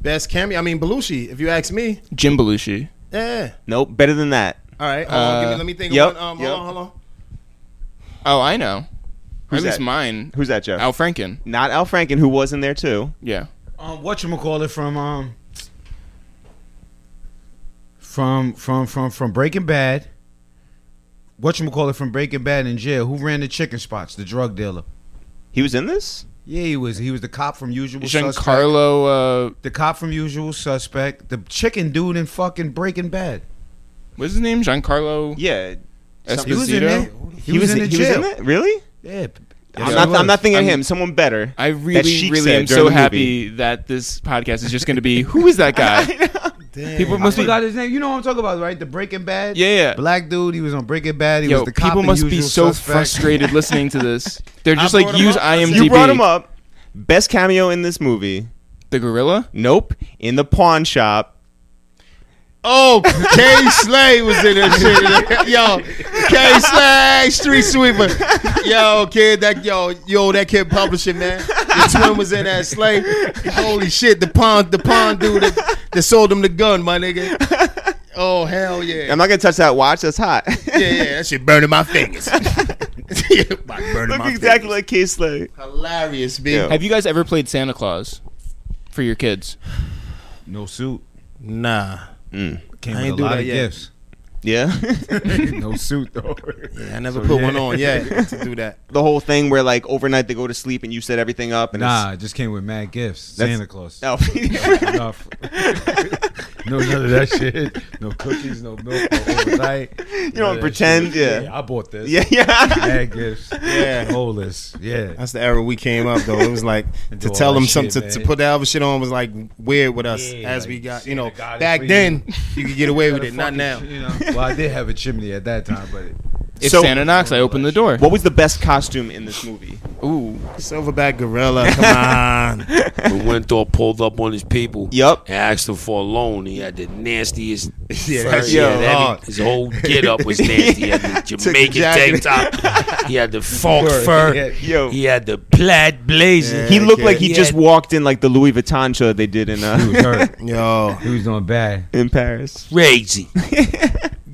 Best cameo. I mean, Belushi. If you ask me,
Jim Belushi.
yeah.
Nope, better than that.
All right. Hold on, give me,
Uh,
let me think.
yep,
of one. Um,
yep.
Hold on. Hold on.
Oh, I know. Or at
Who's
least
that?
mine.
Who's that, Jeff?
Al Franken.
Not Al Franken, who was in there too.
Yeah.
Um, what you call it from um from from from from Breaking Bad. What you call it from Breaking Bad in jail? Who ran the chicken spots? The drug dealer.
He was in this.
Yeah, he was. He was the cop from Usual Suspect.
Giancarlo, uh,
the cop from Usual Suspect. The chicken dude in fucking Breaking Bad.
what's his name? Giancarlo
Yeah,
Esposito?
He was in there. He, was, in the
he
jail.
was in that. Really?
Yeah.
I'm not.
he was.
I'm not thinking
I'm-
him. Someone better.
I
That
really,
Sheik
really
said
am
during
so
the movie.
happy that this podcast is just going to be who is that guy? People
I
must be.
forgot his name. You know what I'm talking about, right? The Breaking Bad.
Yeah, yeah.
Black dude. He was on Breaking Bad. He
Yo,
was the cop
people
in
must be
Usual
so
Suspect.
frustrated listening to this. They're just like
brought him
use
up.
IMDb.
You brought him up. Best cameo in this movie.
The gorilla.
Nope. In the pawn shop.
Oh, K Slay was in that shit. Yo, K Slay, Street Sweeper. Yo, kid, that yo, yo, that kid publishing, man. The twin was in that Slay. Holy shit, the pawn, the pawn dude that, that sold him the gun, my nigga. Oh hell yeah.
I'm not gonna touch that watch. That's hot.
yeah, yeah, that shit burning my fingers. yeah, my- burning
Look
my
exactly
fingers.
like Case Slay.
hilarious, B.
Yeah.
Have you guys ever played Santa Claus for your kids?
No suit.
Nah.
Came
I
with
ain't
a
do
lot
that
of
yet.
gifts.
Yeah.
no suit though.
Yeah, I never put one on yet to do that.
the whole thing where like overnight they go to sleep and you set everything up and
Nah, I just came with mad gifts.
That's-
Santa Claus. No.
It's,
Enough. no, none of that shit. No cookies, no milk, no overnight. You
don't pretend, yeah.
I bought this.
yeah, yeah.
Mad gifts.
Yeah.
Whole list. Yeah.
That's the era we came up though. It was like to
do all
tell
that
them something
shit,
to, to
man.
put the Elvis shit on was like weird with us
Yeah,
as
like,
we got
seeing
you know
the God is
back
for you.
then you could get away with it.
Fucking
Not now.
shit, You know. Well, I did have a chimney at that time, but
If
So-
Santa knocks, I open the door.
What was the best costume in this movie?
Ooh,
Silverback gorilla, come on.
When Winthorpe pulled up on his people
Yup.
and asked him for a loan, he had the nastiest.
Yeah, that
fur he had.
shit
Every-
hard.
his whole get up was nasty. He had the Jamaican
jacket.
tank top. He had the fog
Fur,
fur.
yeah.
Yo.
He had the plaid blazer.
He looked
okay.
like he just
Yeah.
walked in like the Louis Vuitton show they did in
he was
uh,
hurt.
Yo,
He was doing bad.
in Paris.
crazy.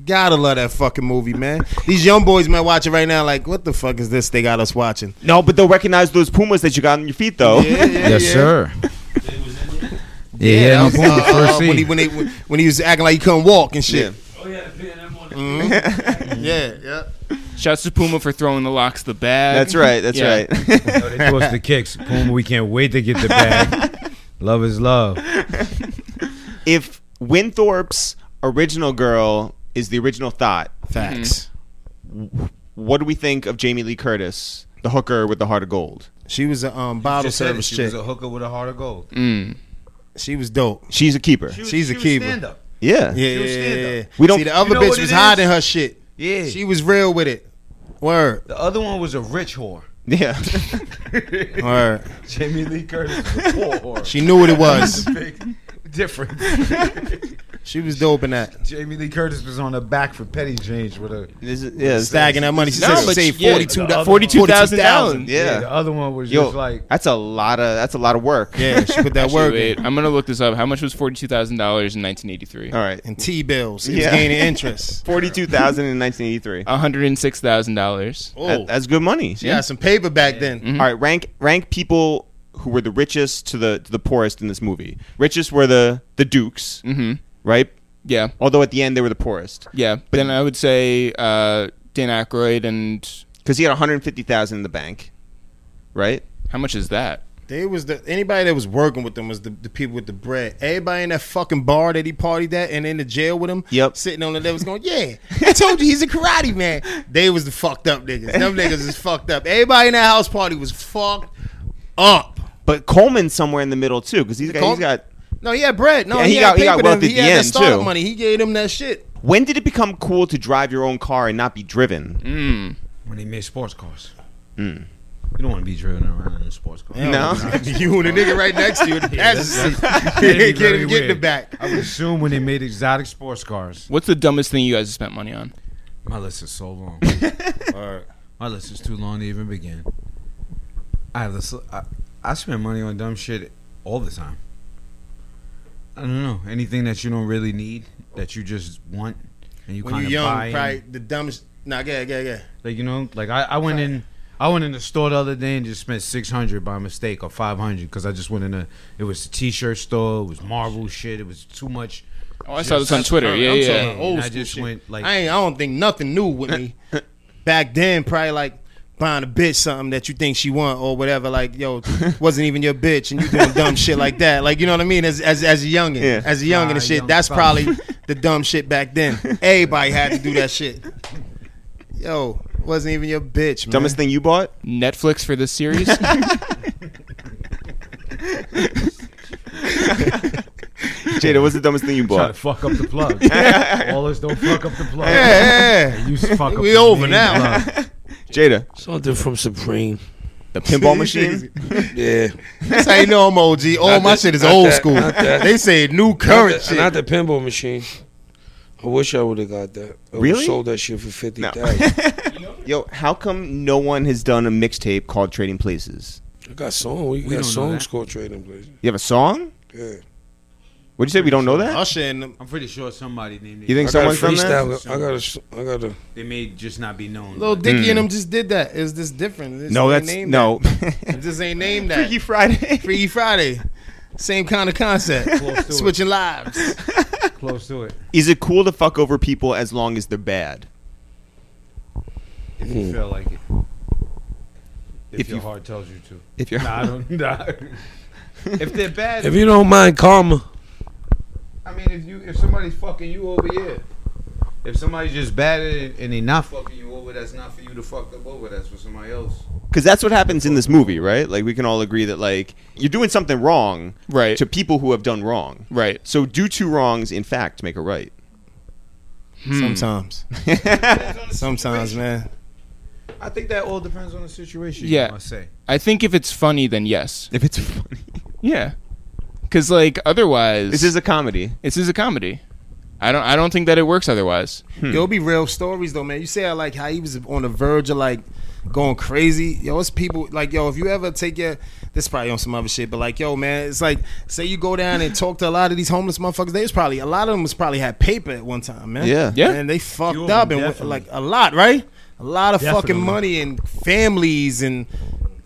gotta love that fucking movie, man. These young boys might watch it right now. Like, what the fuck is this? They got us watching.
No, but they'll recognize those Pumas that you got on your feet though.
yes, sir. Yeah, yeah,
that
no
was,
problem,
uh,
first
uh, when he
seed.
when, they, when, when he was acting like he couldn't walk and shit.
Oh,
Mm-hmm. Yeah,
Mm-hmm.
yeah.
shouts to Puma for throwing the locks the bag.
That's right. That's
Yeah.
right.
Yo, they threw us the kicks. Puma, we can't wait to get the bag. love is love.
if Winthorpe's original girl is the original thought,
Mm-hmm.
Facts.
what do we think of Jamie Lee Curtis, the hooker with the heart of gold?
She was a um, bottle
Just said
service
she
chick.
was a hooker with a heart of gold.
Mm.
she was dope.
She's a keeper.
She's a keeper.
stand-up.
Yeah.
Yeah,
was
yeah,
stand-up.
yeah.
We don't-
see the other
You know
bitch
what
was
it
hiding
is?
her shit.
Yeah.
She was real with it. Word,
the other one was a rich whore.
Yeah.
word.
Jamie Lee Curtis was a poor whore.
She knew what it was.
Big difference.
she was dope in that.
Jamie Lee Curtis was on the back for petty change with a.
This is- yeah.
Stacking that money. She
No,
said she
but
saved
yeah,
forty two
the other-
$42,000.
Yeah.
the other one was
Yo,
just like
that's a lot of that's a lot of work.
Yeah, she put that
Actually,
work
wait,
in.
I'm gonna look this up. How much was forty two thousand dollars in 1983?
All right.
And T bills. She
Yeah.
was gaining interest.
Forty-two thousand in nineteen eighty-three.
One hundred and six thousand dollars.
Oh,
That- that's good money.
she had some paper back then.
All right. Rank rank people who were the richest to the to the poorest in this movie. Richest were the the dukes,
Mhm.
right?
Yeah,
Although at the end they were the poorest
yeah. But then I would say uh, Dan Aykroyd and
because he had one hundred fifty thousand in the bank, right?
how much is that?
They was the anybody that was working with them was the, the people with the bread. Everybody in that fucking bar that he partied at and in the jail with him,
Yep.
sitting on the level was going, Yeah, I told you he's a karate man. They was the fucked up niggas. Them niggas is fucked up. Everybody in that house party was fucked up.
But Coleman's somewhere in the middle too because he's got,
Col-
he's got.
No, he had bread. No,
Yeah,
he,
he
got,
got- he got
paper
wealth
to
at
him. He
the
had that
end,
startup
too.
money. He gave them that shit.
When did it become cool to drive your own car and not be driven?
Mm.
when they made sports cars. You don't want to be driven around in a sports car.
No.
you and the nigga right next to you. That's
That'd be
can't
very
even get in the
weird.
back.
I would assume when they made exotic sports cars.
What's the dumbest thing you guys have spent money on?
My list is so long. My list is too long to even begin. I have this. I, I spend money on dumb shit all the time. I don't know anything that you don't really need that you just want and you
When
kind
you
of
young,
buy.
probably
and-
the dumbest. Nah, yeah, yeah, yeah.
Like you know, like I, I went in. I went in the store the other day and just spent six hundred by mistake or five hundred because I just went in a. It was a T-shirt store. It was Marvel shit. It was too much.
Oh, I saw this on Twitter. Yeah,
I'm
yeah.
talking old
And I
school
just
shit.
went, like-
I ain't. I don't think nothing new with me. Back then, probably like buying a bitch something that you think she want or whatever. Like yo, wasn't even your bitch, and you doing dumb shit like that. Like you know what I mean? As as as a youngin,
Yeah.
as a youngin
Nah,
and shit.
young
that's
fuck.
probably the dumb shit back then. Everybody had to do that shit. Yo, wasn't even your bitch, man.
Dumbest thing you bought?
Netflix for this series.
Jada, what's the dumbest thing you
Try to
bought?
fuck up the plug. All this don't fuck up the plug.
Yeah, yeah.
You fuck up
We
the
over
main
now.
plug.
Jada,
Something from Supreme.
the pinball machine?
Yeah.
That's how you know I'm OG. All my shit is old school. They say new current
not the,
shit.
Not the pinball machine. I wish I would have got that. I would've
Really?
Sold that shit for fifty
No.
thousand.
Yo, how come no one has done a mixtape called Trading Places?
I got song. We,
don't know
got songs
that.
called Trading Places.
You have a song?
Yeah.
What'd you say? We don't know that?
Usher and them.
I'm pretty sure somebody named it.
You think
I got a
someone's done that?
freestyle. I got a. s- I got a.
they may just not be known?
Little Dicky and them just did that. Is this different? This
Hmm. No,
ain't
that's
named
no.
that. This ain't named that.
Freaky Friday.
Freaky, Friday. Same kind of concept.
Close to it.
Switching lives.
Close to it.
Is it cool to fuck over people as long as they're bad?
If
Hmm.
you feel like it. If,
If
your
you-
heart tells you to.
If you're
Nah, I don't. Nah. if they're bad,
If you don't mind karma,
I mean, if you if somebody's fucking you over, yeah. If somebody's just bad at it and they not fucking you over, that's not for you to fuck them over. That's for somebody else.
because that's what happens in this movie, right? Like we can all agree that like you're doing something wrong,
Right.
to people who have done wrong,
right.
So do two wrongs, in fact, make a right.
Sometimes. Sometimes, man.
I think that all depends on the situation.
Yeah.
I say.
I think if it's funny, then yes.
If it's funny,
Yeah. Because like otherwise,
this is a comedy.
this is a comedy. I don't. I don't think that it works otherwise.
Hmm.
Yo, it be real stories though, man. You say like how he was on the verge of like going crazy. Yo, it's people like yo. If you ever take your this probably on some other shit, but like yo, man, it's like say you go down and talk to a lot of these homeless motherfuckers. They was probably a lot of them was probably had paper at one time, man.
Yeah.
Yeah.
And they fucked
Few of
up
them,
and went,
definitely.
like a lot, right? A lot of fucking
Definitely.
money and families and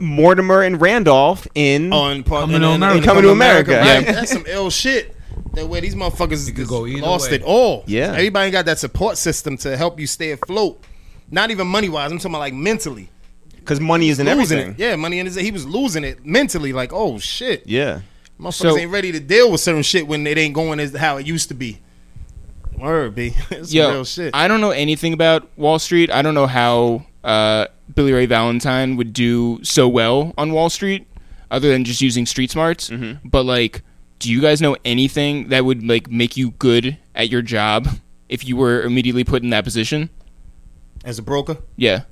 Mortimer and Randolph in
Oh,
on
Coming to America.
Coming to America.
right? That's some ill shit. That way these motherfuckers
could
just
go either
lost
way.
it all.
Yeah.
Everybody got that support system to help you stay afloat. Not even money wise. I'm talking about like mentally.
because money isn't
losing
everything.
it. Yeah, money in his he was losing it mentally, like, oh shit.
Yeah.
Motherfuckers
So-
ain't ready to deal with certain shit when it ain't going as how it used to be. Word B. it's
Yo,
real shit.
I don't know anything about Wall Street. I don't know how uh, Billy Ray Valentine would do so well on Wall Street, other than just using street smarts. But like, do you guys know anything that would like make you good at your job if you were immediately put in that position?
as a broker. Ah,
Yeah.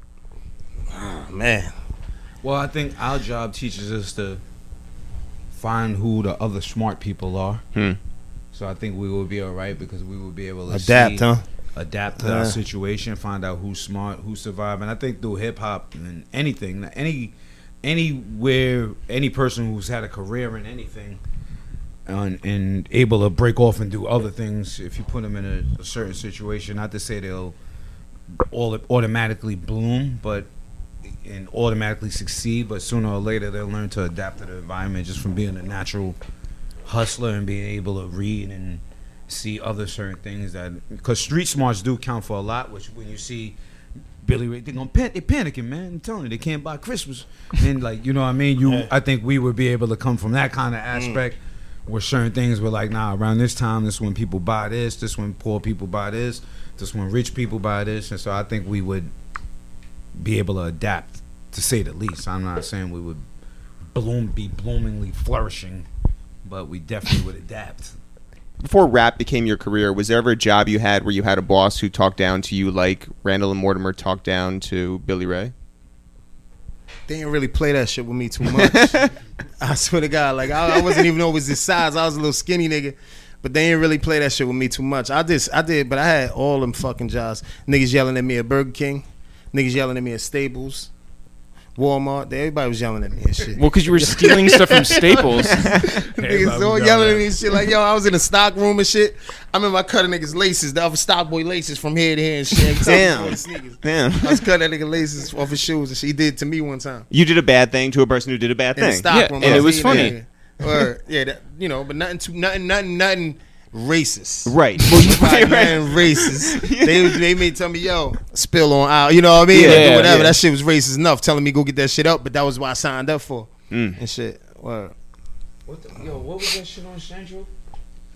man.
Well, I think our job teaches us to find who the other smart people are.
Hmm.
So I think we will be all right because we will be able to
Adapt,
see-
huh?
adapt to
Yeah.
our situation, find out who's smart, who survived. And I think through hip hop and anything, any anywhere, any person who's had a career in anything. And, and able to break off and do other things if you put them in a, a certain situation. Not to say they'll all automatically bloom, but and automatically succeed. But sooner or later, they'll learn to adapt to the environment just from being a natural hustler and being able to read and see other certain things that because street smarts do count for a lot. Which when you see Billy Ray, they're gonna pan- they panicking, man. I'm telling you, they can't buy Christmas, and like you know what I mean. You, I think we would be able to come from that kind of aspect. Where certain things were like, nah, around this time, this when people buy this, this when poor people buy this, this when rich people buy this, and so I think we would be able to adapt, to say the least. I'm not saying we would bloom, be bloomingly flourishing, but we definitely would adapt.
Before rap became your career, was there ever a job you had where you had a boss who talked down to you like Randall and Mortimer talked down to Billy Ray?
They didn't really play that shit with me too much. I swear to God, like I, I wasn't even always this size. I was a little skinny nigga, but they didn't really play that shit with me too much. I just, I did, but I had all them fucking jobs. Niggas yelling at me at Burger King, niggas yelling at me at Staples. Walmart. They- Everybody was yelling at me and shit.
Well, because you were stealing stuff from Staples.
Niggas all yelling at me and shit. Like, yo, I was in a stock room and shit. I remember I cutting niggas laces, the other stock boy laces from here to here and shit.
Damn.
Sneakers.
Damn.
I was cutting that nigga laces off his shoes and she did to me one time.
You did a bad thing to a person who did a bad
In the
thing.
stock
Yeah,
room.
and
I
it was
eating
funny.
it. Or, yeah, that, you know, but nothing too, nothing, nothing, nothing racist.
Right.
Right, nothing racist. They they made tell me, yo, spill on aisle. You know what I mean?
Yeah,
Like, do
yeah,
whatever.
yeah.
That shit was racist enough. Telling me go get that shit up, but that was what I signed up for. And shit. Word.
What the, yo, what was that shit on Central?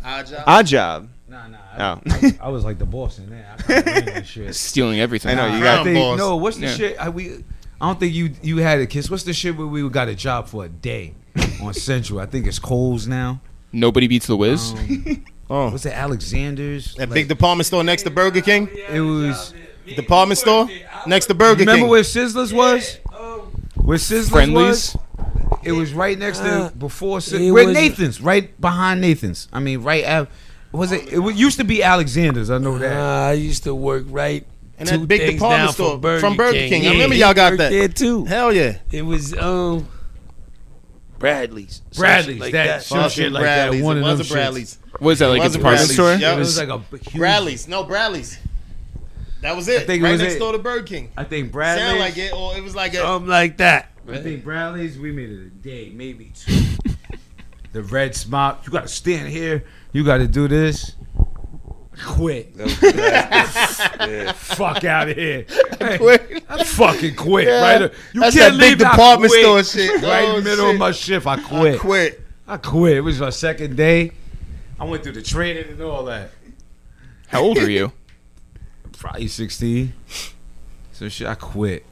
Odd job.
Nah, nah.
I-
I was like the boss in there. I that shit.
stealing everything.
I know you
got-
got.
Brown balls.
no, what's the
Yeah.
shit? I, we, I don't think you you had a kiss. What's the shit where we got a job for a day on Central? I think it's Coles now.
Nobody beats the Wiz.
Um,
Oh.
what's it, Alexander's?
That
Like,
big department store next to Burger King.
it was.
Department store next to Burger
Remember
King.
where Sizzlers was? Where Sizzlers
Friendlies.
was? It was right next to before
it
Sizz- where
was-
Nathan's, right behind Nathan's. I mean, right af Was it? It wa- used to be Alexander's. I know that.
Nah, I used to work right.
And
two
that big
things
department
down
store
from Burger,
from Burger King. I
Yeah,
remember
he
y'all got
worked
that.
there too.
Hell yeah.
It was um, Bradley's. Some
Bradley's,
shit like
that
that.
shit. Some like that,
Bradley's.
one
it
of
was
them
a Bradley's.
What is that like a
Was it
department
Bradley's?
store?
Yeah.
It was like a b- huge.
Bradley's. No, Bradley's. That was it.
I think it
right
was
next
it.
door to Burger King.
I think Bradley's.
Sound like it, or it was like a.
Something like that.
I think Bradley's. We made it a day, maybe two. the red smock. You got to stand here. You got to do this. Quit. Fuck out of here. Hey,
Quit.
I fucking quit.
Yeah.
Right. You
That's
can't
that big
leave I
department
quit.
store shit.
Right in
Oh,
the middle
shit.
of my shift, I quit. I quit.
Quit.
It was my second day. I went through the training and all that.
How old are you?
Probably sixteen. So shit, I quit.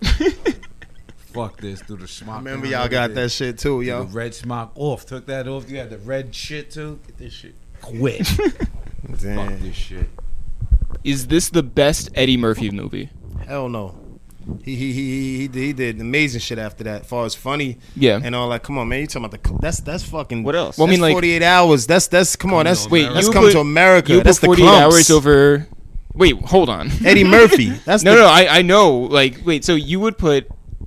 Fuck this. Through the smock.
I remember
down
y'all
over
got
there.
that shit too,
Took
yo.
The red smock off. Took that off. You had the red shit too. Get this shit. Quit. Fuck this shit.
Is this the best Eddie Murphy movie?
Hell no. He he he he did, he did amazing shit after that. As far as funny,
Yeah.
and all that. Come on, man, you talking about the co- that's that's fucking
What else?
Well, I mean,
that's
like-
48 hours. That's that's come on. That's
on,
wait.
Wait,
America.
That's
you
come
put-
to America.
You
That's
put
the
48
clumps.
hours over. Wait, hold on.
Eddie Murphy. That's
No,
the,
no, I, I know. Like, wait. So you would put?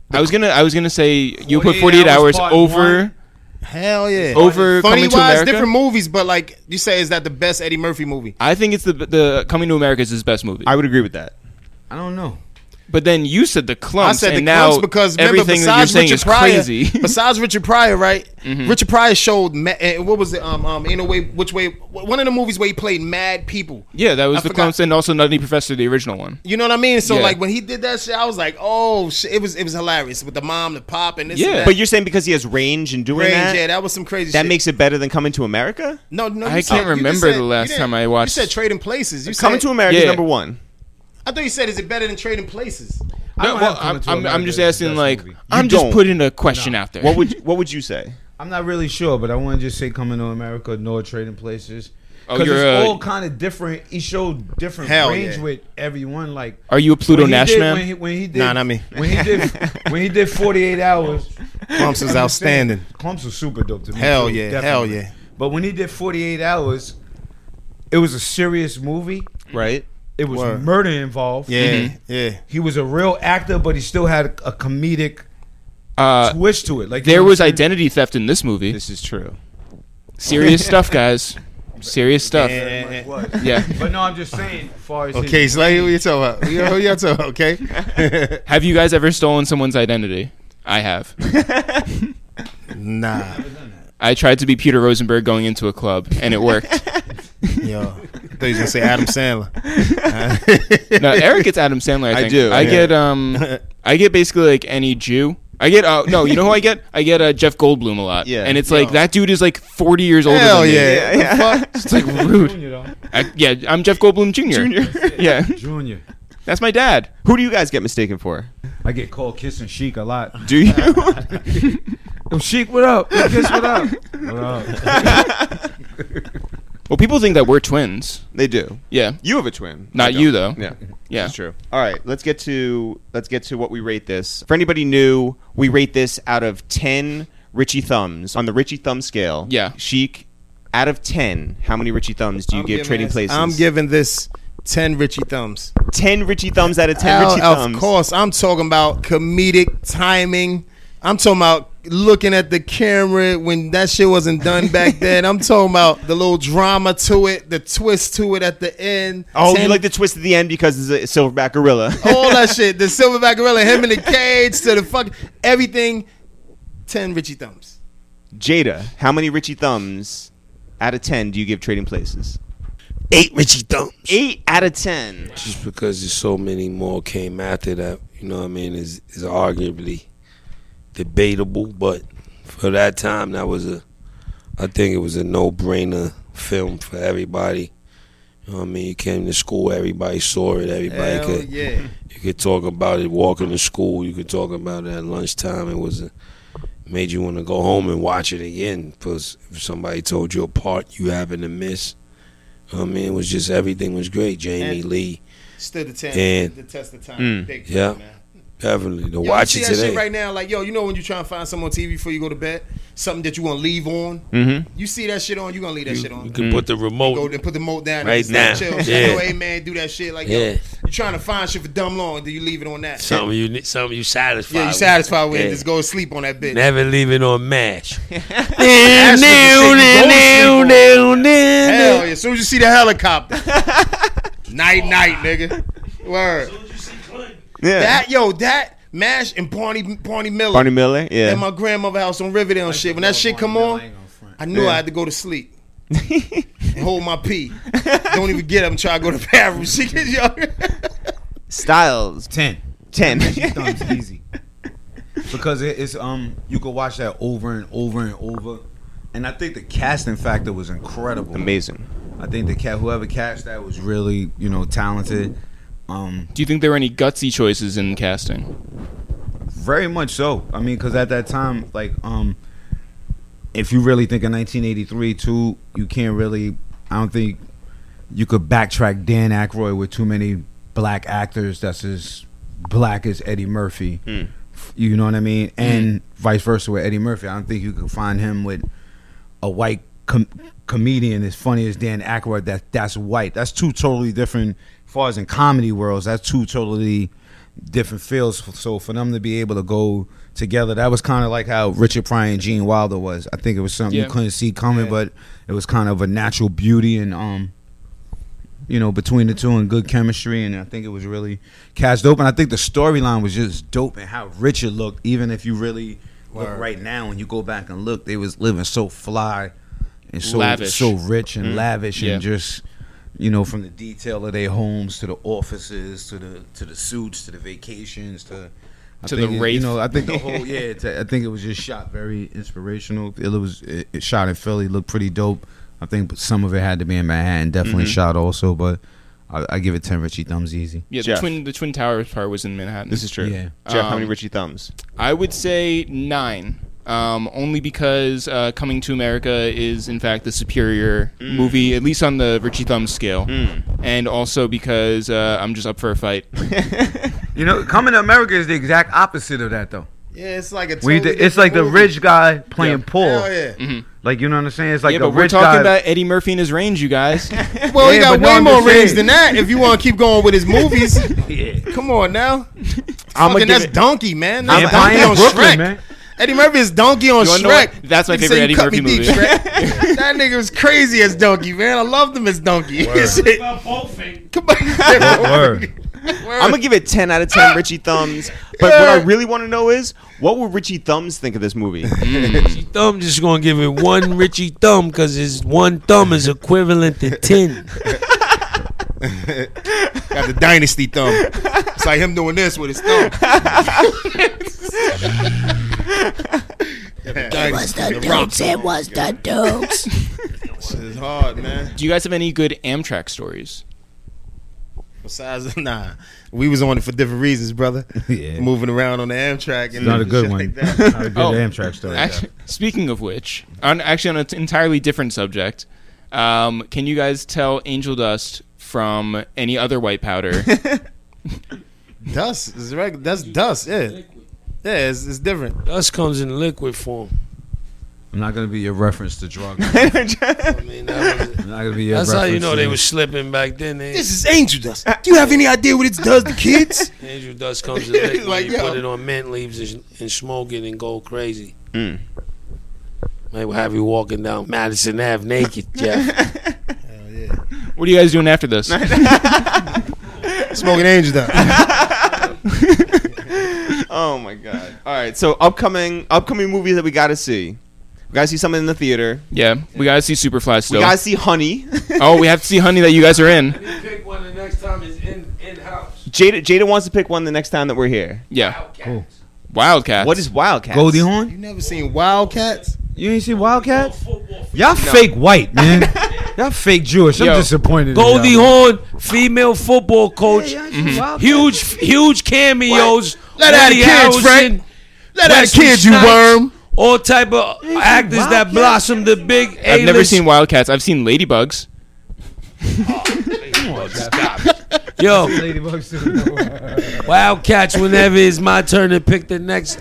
I was gonna, I was gonna say you put 48 hours,
part
over.
one.
Hell yeah.
Over
funny
Coming to
wise,
America?
different movies, but like you say, is that the best Eddie Murphy movie?
I think it's the the Coming to America is his best movie.
I would agree with that.
I don't know.
but then you said the
I
clumps,
said the
and now
clumps because remember,
everything that you're
besides
saying
Richard
is
Pryor,
crazy. Mm-hmm.
besides Richard Pryor, right? Richard Pryor showed ma- eh, what was it? Um, um, in a way, which way? One of the movies where he played mad people.
yeah, that was
I
the
forgot.
clumps, and also Nutty Professor, the original one.
You know what I mean? So
Yeah.
like when he did that shit, I was like, oh shit! It was it was hilarious with the mom, the pop, and this.
Yeah.
and that.
But you're saying because he has range in doing
Range,
that,
yeah, that was some crazy.
that
shit.
makes it better than coming to America.
no, no.
I
you said-
can't
you just
remember
said-
the
you
last
didn't-
time I watched-
You said Trading Places. You
Coming
said,
to America is
Yeah.
number one.
I thought you said, is it better than Trading Places?
I
No,
don't
well,
have Coming
I'm,
to
I'm, I'm
America
just
as the
asking,
best
like,
movie.
I'm
You
just
don't.
putting a question out there.
What would what would you say?
I'm not really sure, but I want to just say coming to America, no trading places.
Oh,
Because
you're
it's
a-
all kind of different. He showed different
Hell
range
yeah.
with everyone. Like
Are you a Pluto
when he
Nash
did-
man?
When he, when he did,
Nah, not me.
When he did, when he did 48 hours.
Clumps was
I'm just saying,
outstanding.
Clumps was super dope to me.
Hell
too,
yeah,
definitely.
hell yeah.
But when he did 48 hours, it was a serious movie.
Right.
It was
Word.
murder involved.
Yeah,
Mm-hmm.
yeah.
He was a real actor, but he still had a comedic
uh,
twist to it. Like you
there
know
was
what I'm saying?
identity theft in this movie.
This is true.
Serious stuff, guys. Serious stuff.
Yeah.
Was.
Yeah.
But no, I'm just saying. As far as his-
Okay, so like, who you talking about? You know who you talking about? Okay.
Have you guys ever stolen someone's identity? I have.
nah,
I tried to be Peter Rosenberg going into a club, and it worked.
yo, I thought you was gonna say Adam Sandler.
no, Eric gets Adam Sandler. I,
I
think.
do,
I
yeah.
get um, I get basically like any Jew. I get uh, no, you know who I get? I get uh, Jeff Goldblum a lot.
Yeah.
and it's like that dude is like forty years older.
Hell
than me.
yeah!
Yeah, yeah.
It's like rude.
Junior, though.
I, yeah, I'm Jeff Goldblum Jr. Junior. yeah,
Junior.
that's my dad.
Who do you guys get mistaken for?
I get called kissing Sheik a lot.
Do you?
Yo, Sheik, what up? Yo, Kiss, what up? what up?
Well, people think that we're twins.
they do.
Yeah,
You have a twin.
Not
I don't.
you, though.
Yeah.
Yeah.
That's true. All right, let's get to let's get to what we rate this. For anybody new, we rate this out of 10 Richie thumbs on the Richie thumb scale.
Yeah.
Chic out of 10, how many Richie thumbs do you give Trading Places?
I'm giving this ten Richie thumbs.
10 Richie thumbs out of 10
Hell,
Richie
of
thumbs.
course, I'm talking about comedic timing, I'm talking about looking at the camera when that shit wasn't done back then. I'm talking about the little drama to it, the twist to it at the end.
Oh, you
Ten-
like the twist at the end because it's a silverback gorilla.
all that shit. The silverback gorilla, him in the cage, to the fuck everything. Ten Richie thumbs.
Jada, how many Richie thumbs out of ten do you give Trading Places?
Eight Richie Thumbs.
Eight out of ten.
Just because there's so many more came after that, you know what I mean, is is arguably debatable, but for that time that was a I think it was a no brainer film for everybody. You know what I mean? You came to school, everybody saw it, everybody
Hell
could
yeah.
you could talk about it walking to school, you could talk about it at lunchtime. It was a made you want to go home and watch it again because if somebody told you a part you happened to miss. I mean, it was just everything was great. Jamie
And-
Lee,
Stood the ten,
And-
the test of time.
Mm.
Big
Yeah.
time, man.
Definitely. To
Yo,
watch
you
it
see that
today.
shit right now, like yo, you know when you try and find something on TV before you go to bed, something that you want to leave on.
Mm-hmm.
You see that shit on, you gonna leave that shit on.
You can put the
Go
remote.
and put the mold down
Right
and just let it
now.
Chill. Just
Yeah.
Yo, hey man, do that shit. Like
Yeah.
yo, you trying to find shit for dumb long? Do you leave it on that?
Something you ne- something you satisfied.
yeah, you satisfied with it?
Yeah.
Just go to sleep on that bitch.
Never leave it on mash.
That's what the shit you go to sleep on. Hell
Hell
yeah! As soon as you see the helicopter, night night, nigga. Word.
Yeah.
That yo, that Mash and Barney Barney Miller
Barney Miller. Yeah.
at my grandmother house on Riverdale and shit. When that shit come on, I knew I had to go to sleep. and hold my pee. Don't even get up and try to go to the bathroom. She gets yo.
Styles
Ten.
ten.
Thumbs easy. Because it, it's um you could watch that over and over and over. And I think the casting factor was incredible.
Amazing.
I think the cat whoever cast that was really, you know, talented. Um,
Do you think there were any gutsy choices in casting?
very much so. I mean, because at that time, like, um, if you really think of 1983 too, you can't really. I don't think you could backtrack Dan Aykroyd with too many black actors that's as black as Eddie Murphy.
Hmm.
Mm.
You know what I mean? And vice versa with Eddie Murphy. I don't think you could find him with a white com- comedian as funny as Dan Aykroyd that that's white. That's two totally different. As far as in comedy worlds, that's two totally different fields. So for them to be able to go together, that was kind of like how Richard Pryor and Gene Wilder was. I think it was something
Yeah.
you couldn't see coming, but it was kind of a natural beauty and um, you know, between the two and good chemistry. And I think it was really cast dope. And I think the storyline was just dope and how Richard looked, even if you really look right now and you go back and look, they was living so fly and so
Lavish. Mm-hmm.
so rich and lavish
Yeah.
and just you know from the detail of their homes to the offices to the to the suits to the vacations to I
To
think
the
it-
wraith.
You know, I think the whole yeah. to- I think it was just shot very inspirational. It was it, it shot in Philly, looked pretty dope. I think some of it had to be in Manhattan, definitely
Mm-hmm.
shot also, but I, I give it ten Richie thumbs easy.
Yeah, the
Jeff.
twin the twin towers part was in Manhattan.
This is true.
Yeah.
Jeff, how
Um,
many Richie thumbs?
I would say nine. Um, only because uh, Coming to America is, in fact, the superior movie, at least on the Richie Thumb scale. And also because uh, I'm just up for a fight.
You know, coming to America is the exact opposite of that though.
Yeah, it's like a.
We
Totally
it's like the
different
rich guy playing
movie.
poor.
Hell yeah.
Like you know what I'm saying? It's like
yeah,
the
but we're
rich
talking
guy.
about Eddie Murphy and his range, you guys.
Well, he
Yeah, but
got
no,
way
I'm
more
just
rings
saying.
than that. If you want to keep going with his movies, come on now.
I'm
Fucking that's
it.
Donkey, man.
I'm
That's
buying
Donkey on
Brooklyn,
Shrek.
man.
Eddie Murphy is Donkey on
You wanna know
Shrek.
what? That's my
Nigga say,
favorite
"You
Eddie
cut
Murphy
me deep,
movie."
Shrek. that nigga was crazy as Donkey, man. I loved him as Donkey. Shit. Come on.
Oh, Word.
I'm gonna give it 10 out of 10 Richie thumbs. But what I really want to know is, what will Richie thumbs think of this movie?
Richie Thumb just gonna give it one Richie Thumb because his one thumb is equivalent to ten.
Got the dynasty thumb. It's like him doing this with his thumb.
It was the dukes. It was the dukes.
It's hard, man.
Do you guys have any good Amtrak stories?
Besides, nah, we was on it for different reasons, brother.
Yeah.
Moving around on the Amtrak and
Not a good
shit
one.
Like that.
Not a good
Oh.
Amtrak story.
Actually, speaking of which, on, actually on an entirely different subject, um, can you guys tell Angel Dust from any other white powder?
dust is reg- That's dust. Yeah, yeah, it's, it's different.
Dust comes in liquid form.
I I'm not gonna be your reference to drugs.
I mean, that was,
I'm not gonna be your
that's how
reference
you know
to
they were slipping back then. They,
This is angel dust. Do you have any idea what it does to kids?
Angel dust comes to lick
Like,
like, you
yo.
put it on mint leaves and, and smoke it and go crazy.
Mm.
They will have you walking down Madison Ave naked, Jeff.
What are you guys doing after this?
Smoking angel dust.
Oh my god! All right, so upcoming upcoming movies that we got to see. We got to see something in the theater.
yeah, we gotta see Superfly
We
still.
got to see Honey.
oh, we have to see Honey that you guys are in.
Pick one the next time is in in house.
Jada Jada wants to pick one the next time that we're here.
Yeah, Wildcats.
What is Wildcats?
Goldie Hawn.
You never seen Wildcats?
You ain't seen Wildcats? Y'all fake white, man. Y'all fake Jewish. I'm
Yo,
disappointed. in
Goldie Mm-hmm.
y'all.
Hawn, female football coach. Huge, huge cameos.
Let out
Woody
the kids,
Harrelson,
Frank. Let that
Wesley
kid, you
Snipes,
worm.
All type of actors that blossomed the big.
I've never seen Wildcats. I've seen Ladybugs.
Yo,
Ladybugs to the
Wildcats. Whenever it's my turn to pick the next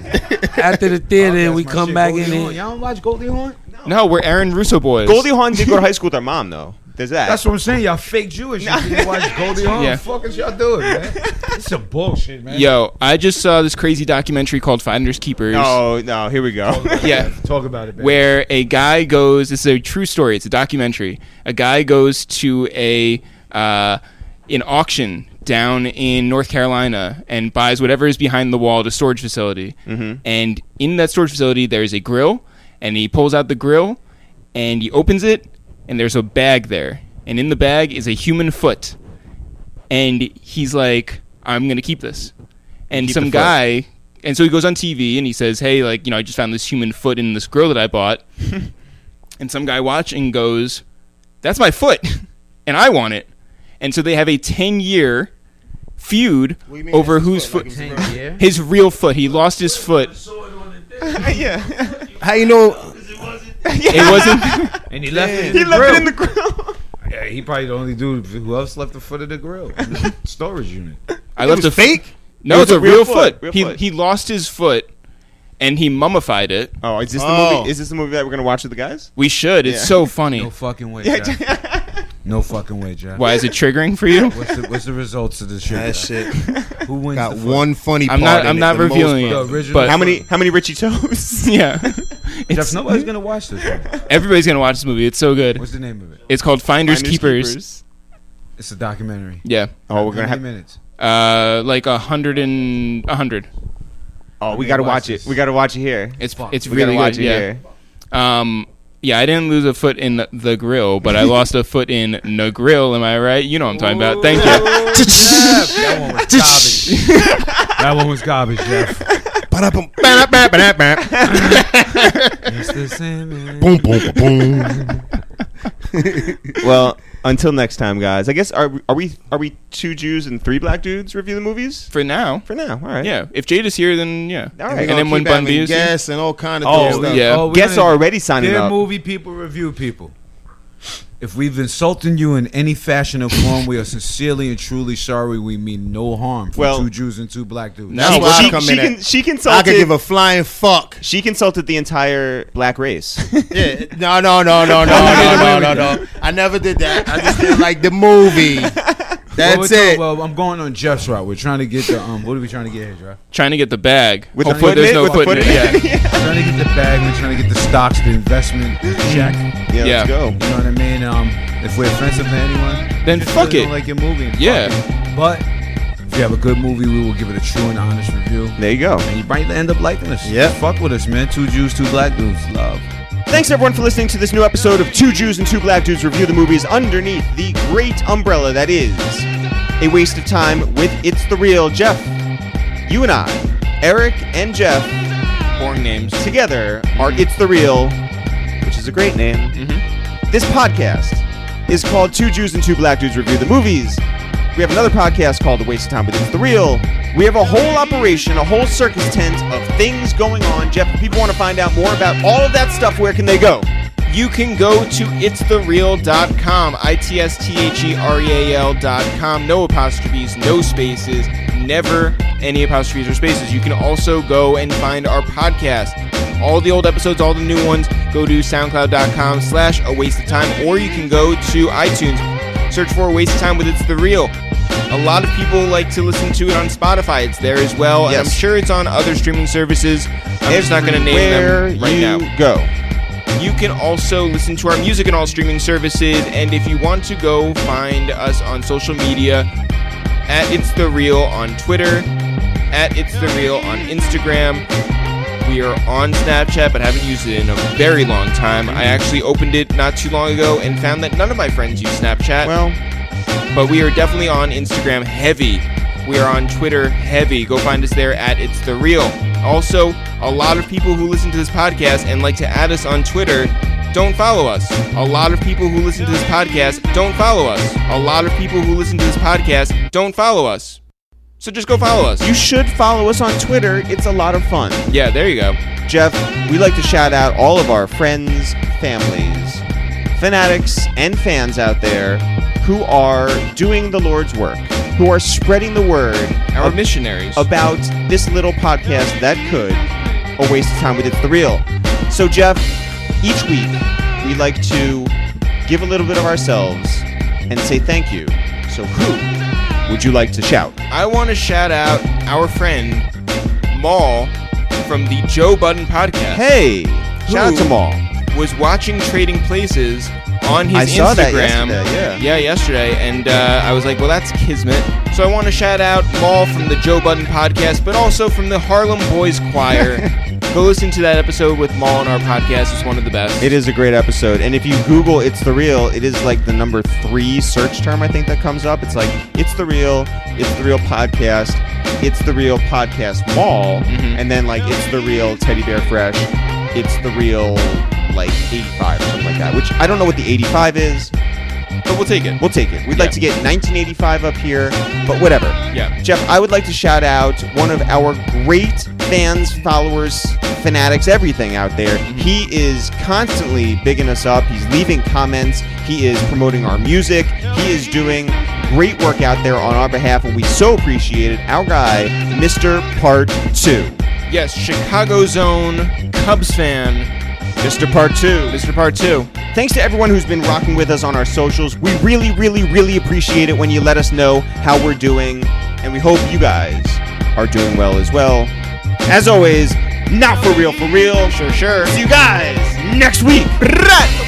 after the theater, and we
My
come
shit,
back
Goldie
in
Hawn.
here.
Y'all don't watch Goldie Hawn?
No, we're Aaron Russo boys.
Goldie Hawn did go to high school with her mom though. There's that.
That's what I'm saying. Y'all fake Jewish. You didn't watch Goldie Hawn.
Yeah.
Yeah. Fuck is y'all doing, man? It's some bullshit, man.
Yo, I just saw this crazy documentary called Finders Keepers.
Oh no! Here we go.
Yeah.
Talk about it, man.
where a guy goes. This is a true story. It's a documentary. A guy goes to a uh, an auction down in North Carolina and buys whatever is behind the wall at a storage facility.
Mm-hmm.
And in that storage facility, there is a grill, and he pulls out the grill, and he opens it, and there's a bag there, and in the bag is a human foot, and he's like, "I'm gonna keep this," and
Keep the
some
foot.
guy guy- and so he goes on TV and he says, "Hey, like you know, I just found this human foot in this grill that I bought," and some guy watching goes, "That's my foot, and I want it," and so they have a ten year feud
do you mean
over
that's his
whose
foot?
foot,
Like he's
Yeah.
his real foot. He lost his foot.
yeah.
How you know?
It wasn't.
And he left it in
He
the
left
grill.
it in the grill.
yeah, he probably the only dude who else left the foot of the grill. Storage unit.
I left a
fake?
No,
It
it's a real, foot.
real
he
foot.
he lost his foot, and he mummified it.
Oh, is this the
Oh.
movie? Is this the movie that we're gonna watch with the guys?
We should. It's
Yeah.
so funny.
No fucking way, Jack. No fucking way, Jack.
Why is it triggering for you?
What's the, what's the results of this shit?
That shit
Who wins the
got
foot?
one funny
I'm
part
not.
in
I'm
it,
not
the most
revealing
The
it.
original-
But
How many? How many Richie toes?
Yeah.
Jeff,
It's-
nobody's gonna watch this. One.
Everybody's gonna watch this movie. It's so good.
What's the name of it?
It's called Finders, Keepers.
It's a documentary.
Yeah.
Oh, we're
How
gonna
many
have.
minutes.
Uh, like a hundred and a hundred.
Oh, we
many
gotta watch
watches?
it. We gotta watch it here.
It's
Fuck.
it's
we
really
gotta watch
good.
it
yeah.
here.
Um. Yeah, I didn't lose a foot in the, the grill, but I lost a foot in the grill. Am I right? You know what I'm talking about. Thank you.
Jeff, that one was garbage. that one was garbage, Jeff.
Ba-da-bum.
Mr. Sandman.
Boom, boom, boom.
well, until next time, guys. I guess are are we are we two Jews and three black dudes review the movies
For now.
for now? All right.
Yeah. If Jade is here, then yeah.
All right.
And then when Bun B is here-
gas and all kind of
Oh,
dumb stuff.
yeah.
we're
Guests
gonna-
are already signing
Dear
up.
movie people, review people. If we've insulted you in any fashion or form, we are sincerely and truly sorry. We mean no harm from
Well-
two Jews and two black dudes.
No.
She,
That's why I
she-
come
she
in
can,
at-
she
I
consulted.
could give a flying fuck.
she consulted the entire black race.
Yeah. No, no, no, no, no, no, no, no, no. I never did that. I just did like the movie.
Well, we're
That's
talking-
it.
well, I'm going on Jeff's route. We're trying to get the um. What are we trying to get here, Jeff?
trying to get the bag.
With the
Hopefully,
foot in
there's
it,
no
with the
foot,
foot
in
in
it. Yeah.
We're trying to get the bag. We're trying to get the stocks, the investment, the check.
Yeah,
Yeah.
let's go.
You know what I mean? Um, if we're offensive to anyone,
Then
just
fuck
really
it.
Don't like your movie. fuck
Yeah.
it. But if you have a good movie, we will give it a true and honest review.
There you go.
And you might end up liking us.
Yeah.
Fuck with us, man. Two Jews, two black dudes. Love.
Thanks everyone for listening to this new episode of Two Jews and Two Black Dudes Review the Movies underneath the great umbrella that is a waste of time with It's the Real Jeff. You and I, Eric and Jeff,
Boring names.
together are It's the Real, which is a great name. This podcast is called Two Jews and Two Black Dudes Review the Movies. We have another podcast called A Waste of Time with It's the Real. We have a whole operation, a whole circus tent of things going on. Jeff, if people want to find out more about all of that stuff, where can they go?
You can go to itsthereal.com, I T S T H E R E A L.com. No apostrophes, no spaces, never any apostrophes or spaces. You can also go and find our podcast, all the old episodes, all the new ones. Go to soundcloud.com slash a waste of time, or you can go to iTunes. Search for a waste of time with It's the Real. A lot of people like to listen to it on Spotify. It's there as well. And I'm
Yes.
sure it's on other streaming services. I'm just not going to name
Where
them right
you
now.
go.
You can also listen to our music on all streaming services. And if you want to go find us on social media, at It's The Real on Twitter, at It's The Real on Instagram. We are on Snapchat, but haven't used it in a very long time. I actually opened it not too long ago and found that none of my friends use Snapchat.
Well,
but we are definitely on Instagram heavy. We are on Twitter heavy. Go find us there at It's The Real. Also, a lot of people who listen to this podcast and like to add us on Twitter don't follow us. A lot of people who listen to this podcast don't follow us. A lot of people who listen to this podcast don't follow us. So just go follow us.
you should follow us on Twitter. It's a lot of fun.
yeah, there you go.
Jeff, we like to shout out all of our friends, families, fanatics, and fans out there who are doing the Lord's work, who are spreading the word
Our
ab-
missionaries.
about this little podcast that could a waste of time with It's the Real. So, Jeff, each week we like to give a little bit of ourselves and say thank you. So, who would you like to shout?
I want to shout out our friend Maul from the Joe Budden podcast.
Hey, shout out
Who?
to Maul.
was watching Trading Places on his
I
Instagram.
saw that yesterday, yeah.
yesterday, and uh, I was like, well, that's kismet. So I want to shout out Maul from the Joe Budden podcast, but also from the Harlem Boys Choir. Go listen to that episode with Maul on our podcast. It's one of the best.
It is a great episode, and if you Google "It's the Real," it is like the number three search term I think that comes up. It's like "It's the Real," "It's the Real Podcast," "It's the Real Podcast Mall,"
Mm-hmm.
and then like "It's the Real Teddy Bear Fresh," "It's the Real like 85" or something like that. Which I don't know what the 85 is.
But we'll take it.
We'll take it. We'd
Yeah.
like to get 1985 up here, but whatever.
Yeah.
Jeff, I would like to shout out one of our great fans, followers, fanatics, everything out there.
Mm-hmm.
He is constantly bigging us up. He's leaving comments. He is promoting our music. He is doing great work out there on our behalf, and we so appreciate it. Our guy, Mr. Part 2.
Yes, Chicago Zone Cubs fan,
Mr. Part 2.
Mr. Part 2.
Thanks to everyone who's been rocking with us on our socials. We really, really, really appreciate it when you let us know how we're doing, and we hope you guys are doing well as well. As always, not for real, for real. Sure, sure. See you guys next week. Right.